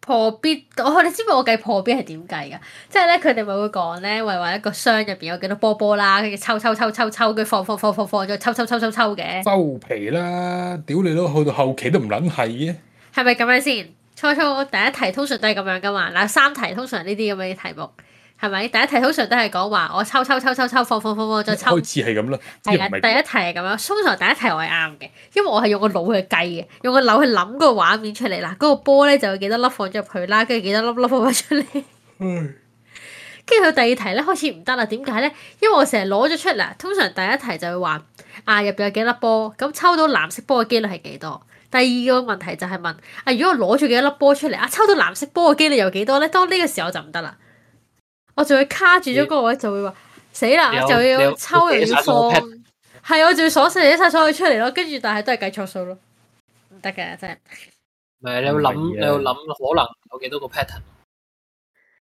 S3: 破必，我你知唔知我計破必係點計㗎？即係咧，佢哋咪會講咧，為話一個箱入邊有幾多波波啦，跟住抽抽抽抽抽，跟住放放放放放，再抽抽抽抽抽嘅，
S1: 收皮啦！屌你都去到後期都唔撚係嘅，
S3: 係咪咁樣先？初初第一題通常都係咁樣噶嘛，嗱三題通常呢啲咁嘅題目係咪？第一題通常都係講話我抽抽抽抽抽放放放放再抽
S1: 開，始係咁啦，即
S3: 係
S1: 係
S3: 啦，
S1: 唔
S3: 第一
S1: 係
S3: 題係咁樣。通常第一題我係啱嘅，因為我係用個腦去計嘅，用個腦去諗個畫面出嚟啦，嗰、個波咧就有幾多粒放咗入去啦，跟住幾多粒粒放翻出嚟。
S1: 唉
S3: 跟住佢第二題咧開始唔得啦，點解咧？因為我成日攞咗出嚟，通常第一題就會話啊入邊有幾粒波，咁抽到藍色波嘅機率係幾多？第二個問題就係問啊，如果我攞住幾多粒波出嚟啊，抽到藍色波嘅機率有幾多咧？當呢個時候就唔得啦，我就會卡住咗嗰個位，就會話死啦
S2: 你有，
S3: 就
S2: 啊你
S3: 要
S2: 有
S3: 抽
S2: 你
S3: 又
S2: 有
S3: 要
S2: 寫
S3: 放
S2: 咗個，
S3: 係我就要鎖死晒所有出嚟咯，跟住但係都係計錯數咯，唔得嘅真係。
S2: 唔係你要
S1: 唔係
S2: 諗，
S1: 啊
S2: 你要諗可能有幾多個 pattern。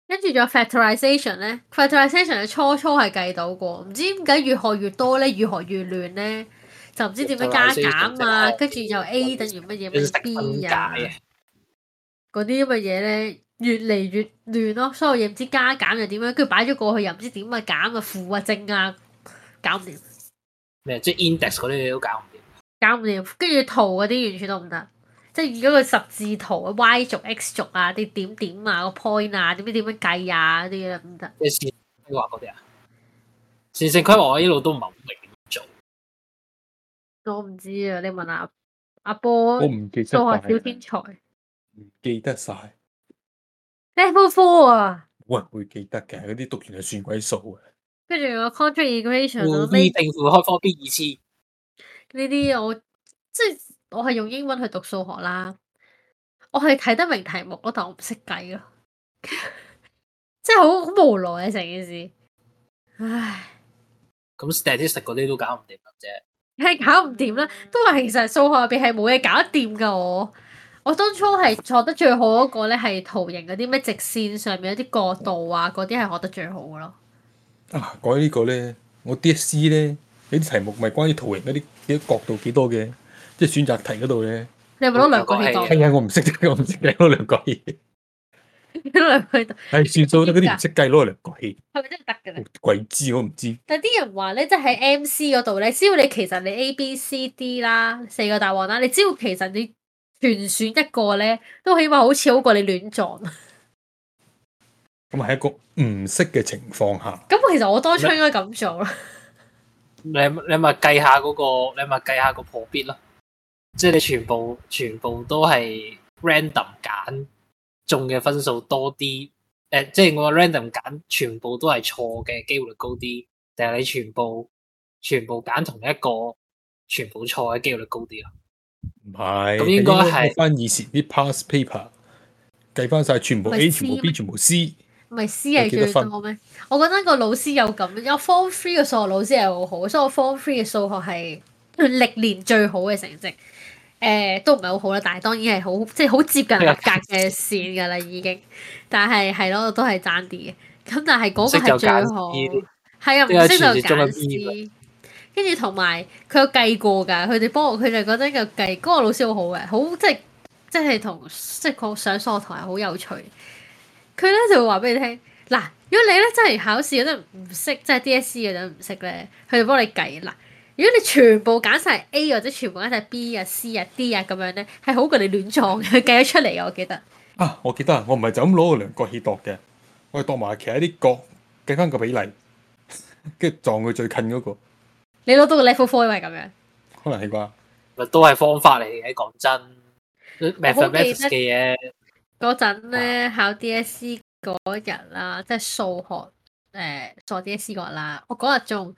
S3: 跟住仲有 factorization 咧，factorization 咧初初係計到過，唔知點解越學越多咧，越學越亂咧，就唔知點樣加
S2: Factorization 即
S3: 減啊，
S2: 係
S3: 跟住又 A 等於乜嘢
S2: 你識
S3: 乜
S2: 分
S3: B
S2: 界
S3: 啊，
S2: 啊！
S3: 嗰啲咁嘅嘢咧，越嚟越亂咯，所有嘢唔知加減又點樣，跟住擺咗過去又唔知點啊減啊負啊正啊，搞唔掂，
S2: 咩即係 index 嗰啲你都搞唔掂。
S3: 搞唔掂，跟住圖嗰啲完全都唔得。即係以嗰個十字圖啊，Y 軸、X 軸啊，啲點點啊，個 point 啊，點樣點樣計啊，嗰啲嘢唔得。
S2: 即係線規劃嗰啲啊，線性規劃我一路都唔係好明點做，
S3: 我唔知啊，你問阿阿波
S1: 我唔記得
S3: 數學小
S1: 曬，
S3: 天才，
S1: 唔記得晒，
S3: level four 啊，
S1: 冇人會記得嘅。嗰啲讀完就算鬼數嘅。
S3: 跟住有 contract equation 啊，
S2: 負 B 定負開方 B 二次，
S3: 呢呢啲我即係我係用英文去讀數學啦，我係睇得明題目咯，但我唔識計咯， 即係好好無奈啊成件事，唉，
S2: 咁 statistic 嗰啲都搞唔掂啦啫。
S3: 係搞唔掂啦，都話其實數學入邊係冇嘢搞得掂噶我。我當初係學得最好嗰個咧，係圖形嗰啲咩直線上面有啲角度啊，嗰啲係學得最好嘅咯。
S1: 啊，講起呢個咧，我 DSE 咧有啲題目咪關於圖形嗰啲幾多角度幾多嘅，即係選擇題嗰度咧。
S3: 你係咪攞兩個去當？
S1: 係啊，我唔識 嘅，我唔識計攞嚟講嘢。
S3: 攞 兩個去當。
S1: 係哎算數得嗰啲唔識計攞嚟講嘢，
S3: 係咪真係得
S1: 我
S3: 嘅咧？
S1: 鬼知我唔知。
S3: 但係啲人話咧，即係喺 MC 嗰度咧，只要你其實你 A、B、C、D 啦，四個答案啦，你只要其實你全選一個咧，都起碼好似好過你亂撞。 咁
S1: 咁係一個唔識嘅情況下，
S3: 其實我當初應該咁做啦。
S2: 你你咪計下嗰、個，你咪計下個破 bid 咯。即係你全部全部都係 random 揀中嘅分數多啲，誒、即係我話 random 揀全部都係錯嘅機會率高啲，定係你全部全部揀同一個全部錯嘅機會率高啲啊？
S1: 唔係，
S2: 咁應該係
S1: 翻以前啲 past paper 計翻晒全部
S3: 咪
S1: A、
S3: C
S1: 全部
S3: 咩
S1: B、全部 C。
S3: 唔係 C 係
S1: 有幾多
S3: 最
S1: 分
S3: 多咩？我覺得個老師有咁，有 Form Three 嘅數學老師係好好，所以我 Form Three 嘅數學係歷年最好嘅成績。誒、都唔係好好啦，但係當然係好，即係好接
S1: 啊
S3: 近合格嘅線㗎啦，已經。但係係咯，都係爭啲嘅。咁但係嗰個係最好，係啊，唔識就
S2: 即係傳説中嘅
S3: 揀
S2: B
S3: C。跟住同埋佢有計過㗎，佢哋幫我，佢哋覺得有計。嗰、個老師好好嘅，好即係即係同即係個上數學堂係好有趣。佢咧就會話俾你聽，嗱，如果你咧真係考試嗰陣唔識，即係 DSE 嗰陣唔識咧，佢就幫你計嗱。如果你全部揀晒 A 或者全部揀晒 B 啊、C 啊、D 啊咁樣咧，係好過你亂撞嘅，佢計咗出嚟嘅，我記得。
S1: 啊，我記得啊，我唔係就咁攞個量角器度嘅，我係度埋其他啲角，計翻個比例，跟住撞佢最近嗰、個，
S3: 你攞到個 level four 因為咁樣，
S1: 可能係啩？
S2: 咪都係方法嚟嘅。講真，mathematics
S3: 我好記得
S2: 嘅嘢
S3: 嗰陣咧考 DSE 嗰日啦，即係數學誒、呃、做 DSE 嗰日啦，我嗰日仲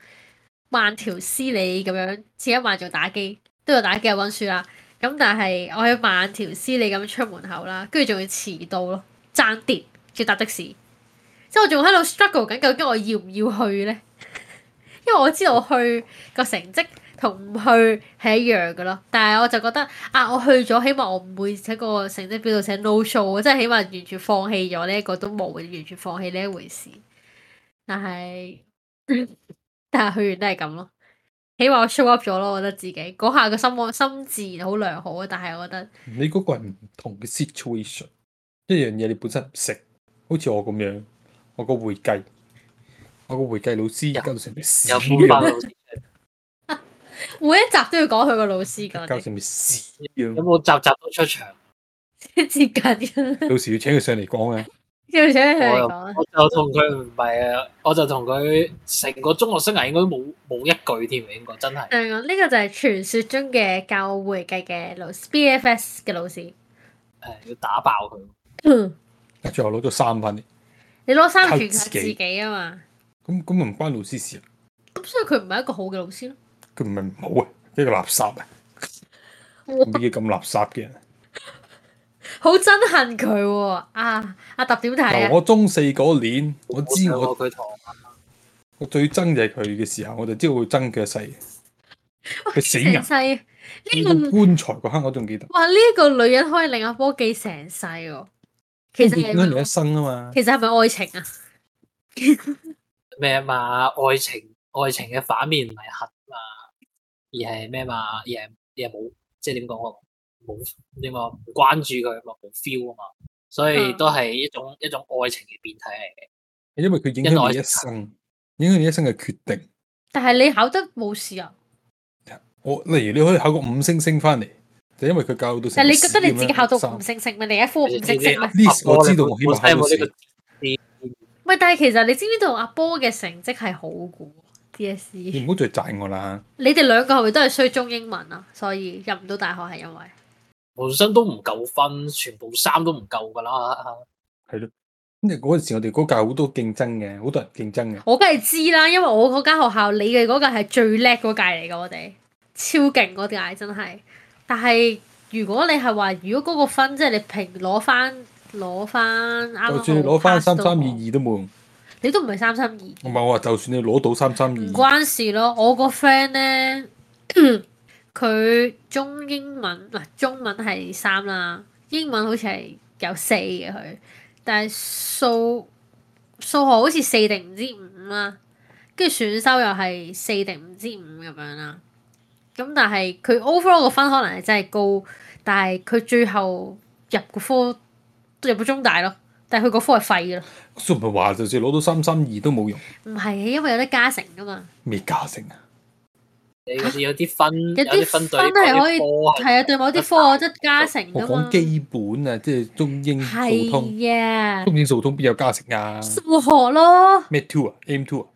S3: 慢條斯理咁樣，自己慢做打機，都有打機有温書啦。咁但係我喺慢條斯理咁出門口啦，跟住仲要遲到咯，爭啲要搭的士，即係我仲喺度 struggle 緊，究竟我要唔要去咧？ 因為我知道我去個成績同唔去係一樣嘅咯，但係我就覺得啊，我去咗，起碼我唔會喺個成績表度寫 no show，即係起啊碼完全放棄咗呢一個都冇，完全放棄呢一回事。但係 但係去完都係咁咯，起碼我 show up 咗咯，我覺得自己嗰下個心安心自然好良好啊。但係我覺得
S1: 你嗰個係唔同嘅 situation，一樣嘢你本身唔識，好似我咁樣，我個會計，我個會計老師
S2: 有
S1: 教到成條屎
S2: 有方
S1: 咁
S2: 法老
S1: 樣，
S2: 師。
S3: 每一集都要講佢個老師
S1: 教
S3: 㗎，
S1: 到成條屎咁
S2: 有
S1: 樣，
S2: 冇集集都出場？
S3: 接近嘅，
S1: 到時要請佢上嚟講啊！
S3: 要想佢
S2: 我
S3: 嚟
S2: 又
S3: 講。
S2: 我就同佢唔係啊，我就同佢成個中學生涯應該冇冇一句添，應該真係。
S3: 係啊呢個就係傳說中嘅教我會計嘅老師 BFS 嘅老 師。
S2: 誒要打爆佢。
S1: 但最後攞咗三分，
S3: 你攞三
S1: 靠
S3: 全靠
S1: 自
S3: 自
S1: 己
S3: 己啊嘛，
S1: 咁咁唔關老師事啊，
S3: 咁所以佢唔係一個好嘅老師咯。
S1: 佢唔係唔好啊，一個垃圾啊，
S3: 哇
S1: 乜嘢咁垃圾嘅人？
S3: 好憎恨佢喎、啊！阿揼點睇
S1: 嗱，
S3: 啊？
S1: 我中四嗰年，我知
S2: 上
S1: 我
S2: 過佢堂，
S1: 我最憎就係佢嘅時候，我就知道會憎佢一世。佢死
S3: 成
S1: 人，
S3: 世呢、個
S1: 個棺材嗰刻我仲記得。
S3: 哇呢、個女人可以令阿波記成世喎、其實
S1: 佢影響
S3: 係
S1: 你一
S3: 咪
S1: 生啊嘛。
S3: 其實係咪愛情啊？
S2: 咩嘛？愛情愛情嘅反面唔係恨嘛，而係咩嘛？而係而係冇即係點講我冇點講啊唔關注佢嘛，冇 feel 啊嘛，所以
S3: 嗯
S2: 都係一種一種愛情嘅變體嚟嘅。
S1: 因為佢影響你一生，影響你一生嘅決定。
S3: 但係你考得冇事啊？
S1: 我例如你可以考個五星星翻嚟，就因為佢教到成。
S3: 但係你覺得你自己考到五？星星咩？你一科五
S2: 你
S3: 星星咩？
S1: 呢我知道我起碼考到
S2: 冇呢
S1: 四
S2: 個
S3: 唔係，但係其實你知唔知道阿波嘅成績係好嘅喎？DSE
S1: 你唔好再讚我啦。
S3: 你哋兩個係咪都係衰中英文啊？所以入唔到大學係因為
S2: 本身都唔夠分，全部衫都唔夠㗎啦。
S1: 因為嗰陣時我哋嗰屆好多競爭嘅，好多人競爭嘅。
S3: 我梗係知啦，因為我嗰間學校你嘅嗰屆係最叻嗰屆嚟嘅，我哋超勁嗰屆真係。但係如果你係話，如果嗰個分即係你平攞翻攞翻啱啱
S1: 就算你攞翻
S3: 啊好
S1: 三
S3: pass 都
S1: 三二
S3: 好，
S1: 二都冇用。
S3: 你都唔係三三二。
S1: 唔係我話，就算你攞到三三
S3: 唔
S1: 二，
S3: 關事咯。我個 friend 咧， 佢中英文嗱中文係三啦，英文好似係有四嘅佢，但係數數學好似四定唔知五啦，跟住選修又係四定唔知五咁樣啦。咁但係佢 overall 個分可能係真係高，但係佢最後入個科入個中大咯，但係佢個科係廢嘅咯。
S1: 所以唔係話就算攞到三三二都冇用，
S3: 唔係因為有得加成噶嘛。
S1: 咩加成啊？
S2: 你有啲分，
S3: 有
S2: 有啲
S3: 啲
S2: 分
S3: 分
S2: 對某
S3: 係可以
S2: 啲科
S3: 係啊，對某啲科我覺得加成
S1: 我
S3: 噶
S1: 講。
S3: 嘛
S1: 基本啊，即係中英數通。
S3: 係啊，
S1: 中英數通邊有加成啊？
S3: 數學咯，
S1: 咩 two 啊，aim two 啊，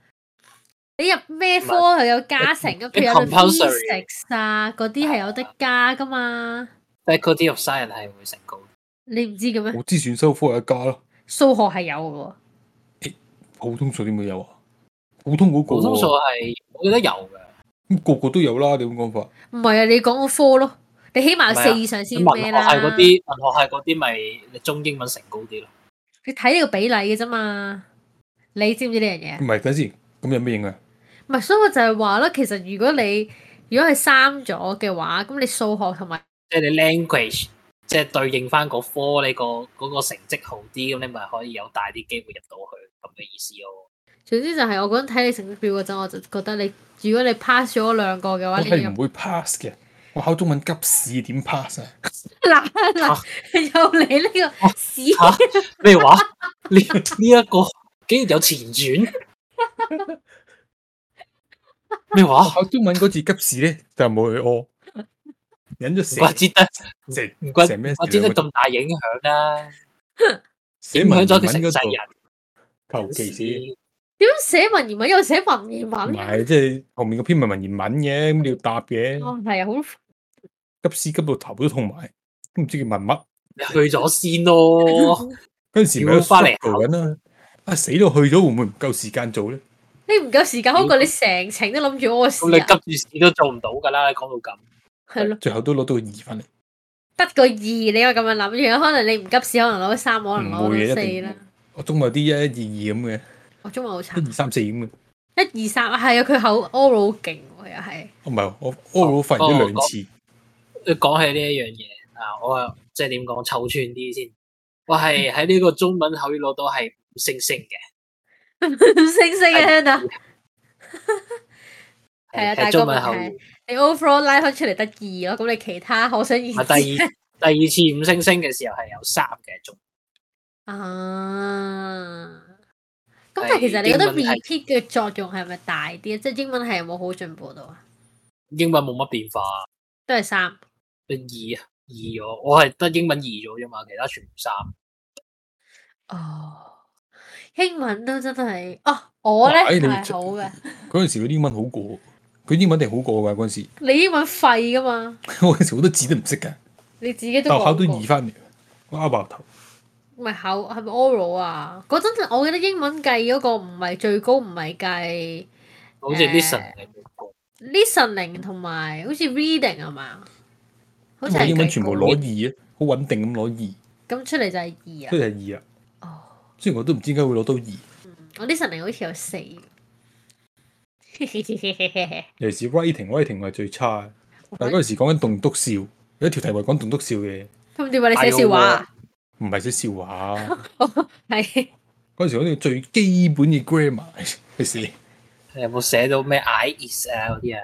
S3: 你入咩科係有加成噶？譬如有
S2: 你 compulsory
S3: physics 啊，嗰啲係有得加噶嘛？
S2: Faculty of Science 係會成功。
S3: 你唔知嘅咩？
S1: 我知選修科有一家咯，
S3: 數學係有嘅
S1: 普通數點會有啊？普通嗰個
S2: 普通數
S1: 喎，
S2: 係我記得有嘅，
S1: 咁個個都有啦，你咁講法？
S3: 喎，唔係啊？你講個科咯，你起
S2: 唔
S3: 碼有
S2: 係啊
S3: 四以上先
S2: 文
S3: 咩
S2: 學
S3: 啦？
S2: 係嗰啲，文學係嗰啲咪你中英文成高啲咯。
S3: 你睇呢個比例嘅啫嘛。你知唔知呢樣嘢啊
S1: 唔？係等陣先，咁有咩影啊？
S3: 唔係，所以我就係話啦，其實如果你如果係三咗嘅話，咁你數學同埋
S2: 即係你 language，即係對應翻嗰科你個嗰個成績好啲，咁你咪可以有大啲機會入到去咁嘅意思咯。
S3: 總之就係我嗰陣睇你成績表嗰陣，我就覺得你如果你 pass 咗嗰兩個嘅
S1: 我
S3: 話，你
S1: 係
S3: 入
S1: 唔會 pass 嘅，我考中文急屎點 pass 啊？
S3: 嗱嗱，又嚟呢個
S1: 哦
S3: 屎
S2: 嚇咩話？ 呢呢一個竟然有前 傳？咩
S1: 我
S2: 話？
S1: 考中文嗰次急屎咧就冇去屙，忍咗
S2: 唔怪
S1: 成
S2: 之得，
S1: 成
S2: 唔怪
S1: 成咩事
S2: 我知得
S1: 兩個
S2: 咁大影響啦，
S1: 寫
S2: 影
S1: 文
S2: 響
S1: 言
S2: 咗
S1: 文
S2: 佢成世
S1: 嗰
S2: 人。
S1: 度，求其寫。
S3: 點寫文言文又寫文言
S1: 唔
S3: 文？
S1: 係，即係後面個篇文文言文嘅，咁你要答嘅，
S3: 哦，係啊，好
S1: 急屎急到頭都痛埋，都唔知叫文乜。
S2: 你去咗先 咯，
S1: 嗰陣時咪有
S2: 屌返嚟
S1: struggle 緊啦，啊死咯，去咗會唔會唔夠時間做咧？
S3: 你唔夠時間，好過你成程都諗住屙屎
S2: 咁你
S3: 啊，
S2: 急住屎都做唔到噶啦，你講到咁，
S3: 係咯，
S1: 最後都攞到個二分嚟，啊
S3: 得個二，你又咁樣諗住，可能你唔急屎，可能攞到三，可能
S1: 唔會嘅啊
S3: 攞到
S1: 一
S3: 四
S1: 定
S3: 啦。
S1: 我中文有啲一一二二咁
S3: 我中文好
S1: 嘅，
S3: 慘
S1: 一，二三四咁嘅。
S3: 一二三啊，係啊，佢口 oral 勁喎，又係。
S1: 哦唔係，我 oral
S3: 哦
S1: 發現咗兩次，
S2: 你講起呢一樣嘢啊，我啊即係點講，湊串啲先。我係
S3: 嗯
S2: 喺呢個中文口語攞到係五星星嘅，
S3: 星星啊，聽到係啊
S2: 係
S3: 但係
S2: 係中文
S3: 個
S2: 口
S3: 問題
S2: 語。
S3: 你 overall 拉翻出嚟得二咯，咁你其他可想而
S2: 啊，第二
S3: 知
S2: 第二 次五星星嘅時候係有三嘅中
S3: 啊。咁但係其實你覺
S2: 英
S3: 得
S2: 文係
S3: repeat 嘅作用係咪大啲？即係英文係有冇好進步到啊？
S2: 文，英文冇乜變化，
S3: 都係三。
S2: 二啊二咗，我係得英文二咗啫嘛，其他全部三。
S3: 哦，英文都真係哦，我咧
S1: 哇哎你
S3: 係好嘅，
S1: 嗰陣時佢啲英文好過，佢英文一定好過㗎嗰陣時，
S3: 你英文廢噶嘛，
S1: 我嗰陣時好多字都唔識㗎，
S3: 你自己都
S1: 但我考到
S3: 講過
S1: 二翻嚟，我拗爆頭。
S3: 咪考係咪 oral 啊？嗰陣我記得英文計嗰個唔係最高，唔係計
S2: 好似
S3: 誒
S2: listen 係冇過，
S3: listening 同埋好似 reading 係嘛？好似
S1: 我
S3: 係
S1: 哦英文
S3: 計
S1: 全部
S3: 高
S1: 攞二啊，好穩定咁攞
S3: 咁出嚟就係
S1: 二，
S3: 二
S1: 都
S3: 啊。
S1: 係二啊。
S3: 哦，
S1: 雖然我都唔知點解會攞到二。
S3: 我 listening 好似有四。
S1: 尤其是 writing，writing 我係最差嘅。但係嗰陣時講緊棟篤笑，有一條題目係講棟篤笑嘅，
S3: 咁點解你寫笑話啊？
S1: 唔係寫笑話。
S3: 係
S1: 嗰陣時我哋最基本嘅 grammar 去寫，
S2: 你有冇寫到咩 I is 啊嗰啲啊？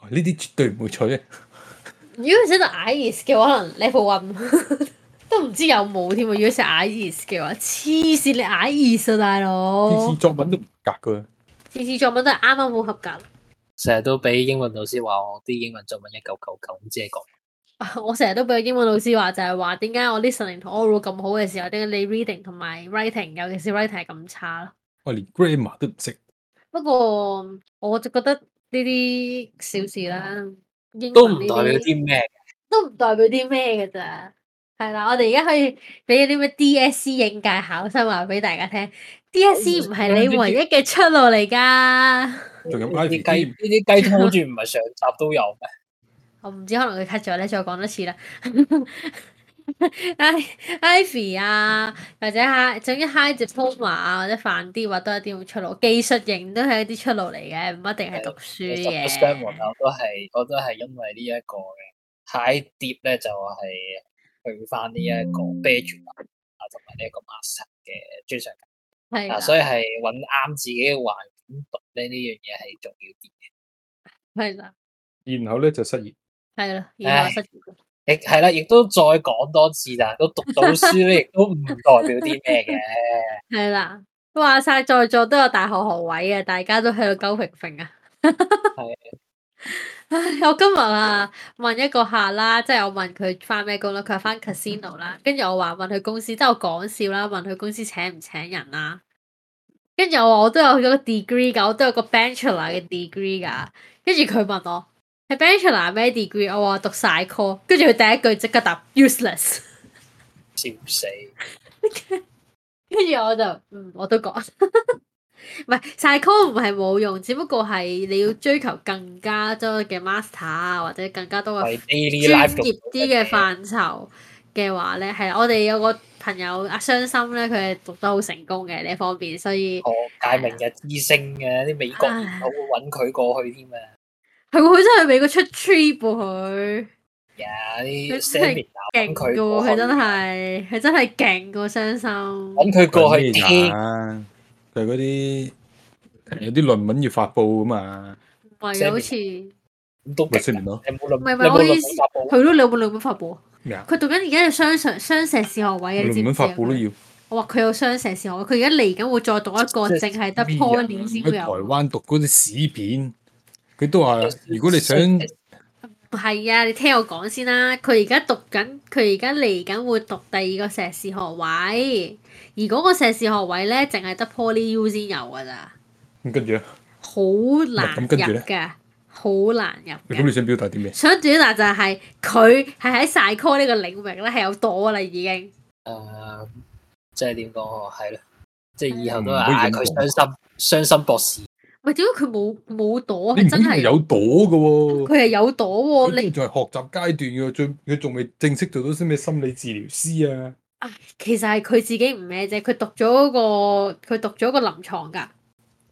S1: 哦呢啲絕對唔會錯啫。
S3: 如果寫到 iris 嘅話，可能 level one 都唔知有冇添喎。啊如果寫 iris 嘅話，黐線你 iris 啊，大佬
S1: 次次！作文都唔夾㗎，
S3: 次次作文都係啱啱好合格。
S2: 成日都俾英文老師話我啲英文作文一九九九，唔知係講
S3: 我成日都俾個英文老師話，就係話點解我 listening 同 oral 咁好嘅時候，點解你 reading 同埋 writing，尤其是 writing 係咁差咯？
S1: 我連 grammar 都唔識。
S3: 不過我就覺得呢啲小事啦，英
S2: 都
S3: 文
S2: 唔
S3: 呢
S2: 代表
S3: 啲
S2: 啲咩。
S3: 都唔代表啲咩嘅咋。係啦，我哋而家可以俾啲咩 DSE 應屆考生話俾大家聽，DSE 唔係你唯一嘅出路嚟㗎。
S1: 仲有
S2: 呢
S1: Ivy
S2: 啲雞
S1: 添
S2: 呢啲雞湯好似唔係上集都有咩？
S3: 我唔知，可能佢 cut 咗咧，再講多次啦。I Ivy 啊，或者 high，總之 high diploma 啊，或者泛啲話都係一啲出路，技術型都係一啲出路嚟嘅，唔一定係讀書
S2: 十
S3: 嘅。
S2: percent 門口都係，我都係因為呢一個嘅太碟咧，就係去翻呢一個 bachelor 啊，同埋呢一個 master 嘅專上教
S3: 係
S2: 啊，
S3: 啦，
S2: 所以係揾啱自己嘅環境讀咧，呢樣嘢係重要啲。
S3: 係啦，
S1: 然後咧就失業。
S3: 係啦，以
S2: 唉
S3: 後失業
S2: 亦係啦，亦都再講多次啦，都讀到書咧，亦都唔代表啲咩嘅。
S3: 係啦，話晒在座都有大學學位嘅，大家都喺度鳩平平啊。 唉，我今日啊問一個客啦，即係我問佢翻咩工啦，佢話翻 casino 啦，跟住我話問佢公司，即係我講笑啦，問佢公司請唔請人啦。啊跟住我話我都有嗰個 degree 㗎，我都有個 bachelor 嘅 degree 㗎。跟住佢問我係 bachelor 咩 degree，我話讀晒 call。跟住佢第一句即刻答 useless，
S2: 笑死！
S3: 跟住我就嗯我都講， 唔係晒 call 唔係冇用，只不過係你要追求更加多嘅 master 啊，或者更加多嘅
S2: 係 daily
S3: 專
S2: life
S3: 業啲嘅範疇嘅話咧，係我哋有個朋友阿傷心咧，佢係讀得好成功嘅呢一方面，所以
S2: 學界哦明日之星嘅啲美國元老會揾佢過去添啊！
S3: 佢會真係去美國出 trip 喎佢。
S2: 呀，啲
S3: 佢
S2: s
S3: 真
S2: e
S3: 係
S2: m i
S3: 勁
S2: 佢
S3: 噶
S2: 過
S3: 喎，
S2: 去
S3: 佢真係佢真係勁過傷
S2: 揾
S3: 心。
S2: 佢過去
S1: 啲
S2: 聽
S1: 啊，就係嗰啲有啲論文要發布噶嘛，
S3: 唔係啊好似佢
S2: 都
S1: 咪
S2: 勁
S1: 四年
S2: 啊。
S1: 咯。
S2: 你冇論，
S3: 唔係唔
S2: 你
S3: 係
S2: 冇
S3: 我意
S2: 論
S3: 思
S2: 文發布
S3: 都兩本兩本發布。
S1: 咩啊？
S3: 佢讀緊而家係雙上雙碩士學位啊，你知
S1: 論
S3: 唔
S1: 文
S3: 知
S1: 發
S3: 啊
S1: 布都要。
S3: 我話佢有雙碩士學位，佢而家嚟緊會再讀一個，
S2: 即係
S3: 淨係得
S1: 咩
S3: Poly
S1: 人
S3: 先
S1: 喺
S3: 會
S1: 台
S3: 有。啊
S1: 灣讀嗰啲屎片，佢都 話：如果你想
S3: 係啊，你聽我講先啦。佢而家讀緊，佢而家嚟緊會讀第二個碩士學位，而嗰個碩士學位咧，淨係得 Poly U 先有㗎咋，
S1: 咁跟住咧，
S3: 好難
S1: 咁
S3: 入
S1: 跟住呢
S3: 㗎，好難入㗎
S1: 咁。你想表達啲咩？
S3: 想表達就係佢係喺晒 call 呢個領域咧係有朵啦已經，
S2: 誒，啊即係點講？哦係咯，即係以後都
S1: 嗯唔可以
S2: 係嗌
S1: 咁
S2: 佢
S1: 講
S2: 傷心傷心博士。
S3: 喂點解佢冇冇朵？
S1: 你
S3: 係
S1: 唔
S3: 真
S1: 可以
S3: 係
S1: 有朵嘅喎，
S3: 佢係有朵喎！
S1: 佢
S3: 你
S1: 仲係學習階段嘅，最佢仲未正式做到咩心理治療師啊？
S3: 啊其實係佢自己唔咩啫，佢讀咗嗰個佢讀咗個臨床㗎，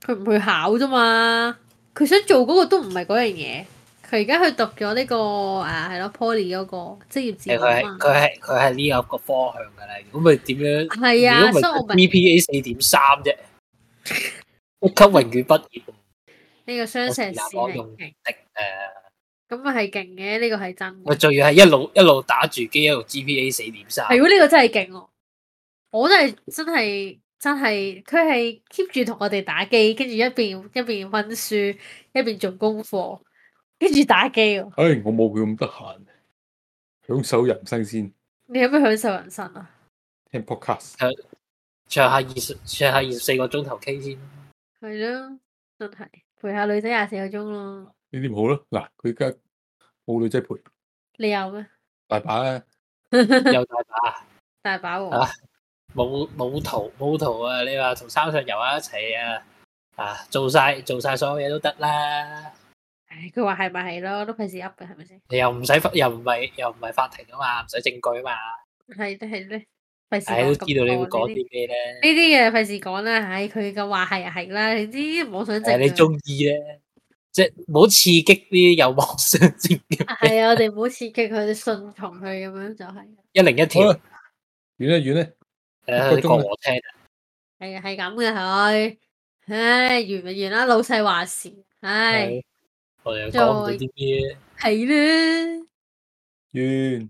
S3: 佢唔去考啫嘛。佢想做嗰個都唔係嗰樣嘢，佢而家去讀咗呢個誒係咯 poly 嗰個職業治
S2: 誒，佢係
S3: 療啊嘛。
S2: 佢係佢係呢個個方向㗎啦。咁咪點樣？
S3: 係啊，所以我咪
S2: GPA 四點三啫，一級榮譽畢業，
S3: 呢個雙碩士
S2: 我
S3: 係
S2: 用
S3: 勁，
S2: 誒，
S3: 咁咪係勁嘅呢個係真嘅
S2: 我。仲要係一路一路打住機，一路 GPA 四點三，
S3: 係喎，呢個真係勁喎！我真係真係真係，佢係 keep 住同我哋打機，跟住一邊一邊温書，一邊做功課，跟住打機喎。
S1: 唉，我冇佢咁得閒，享受人生先，
S3: 你有咩享受人生啊？
S1: 聽 podcast。
S2: 唱下二十唱下二十四個鐘頭 K 先。
S3: 係咯，真係陪下女仔廿四個鐘咯。
S1: 呢啲唔好咯。嗱，佢而家冇女仔陪，
S3: 你有咩？
S1: 大把啊！
S2: 又大把
S3: 大把喎、
S2: 啊冇冇圖冇圖啊！你話同三上游啊一齊啊啊，做晒做晒所有嘢都得啦。
S3: 唉，佢話係咪係咯？都費事噏嘅係咪先？
S2: 你又唔使法又唔係又唔係法庭啊嘛，唔使證據啊嘛，
S3: 係都係咧，費事
S2: 唉都
S3: 講
S2: 知道你會
S3: 咁
S2: 講
S3: 多呢啲
S2: 啲咩咧。
S3: 呢啲嘢費事講啦。唉，佢嘅話係就係啦，你知妄想
S2: 誒，
S3: 症
S2: 你
S3: 啊
S2: 中意咧，即係唔好刺激啲有妄想症嘅
S3: 係啊，我哋唔好刺激佢，哋順從佢咁樣就係、
S2: 一零一條
S3: 哦
S1: 好啦遠咧遠咧，一
S2: 誒，
S1: 個鐘
S2: 講我聽
S3: 係啊，係咁嘅佢。唉，完咪完啦，老細話事。唉，
S2: 係我哋又講唔到啲咩。
S3: 係啦。
S1: 遠。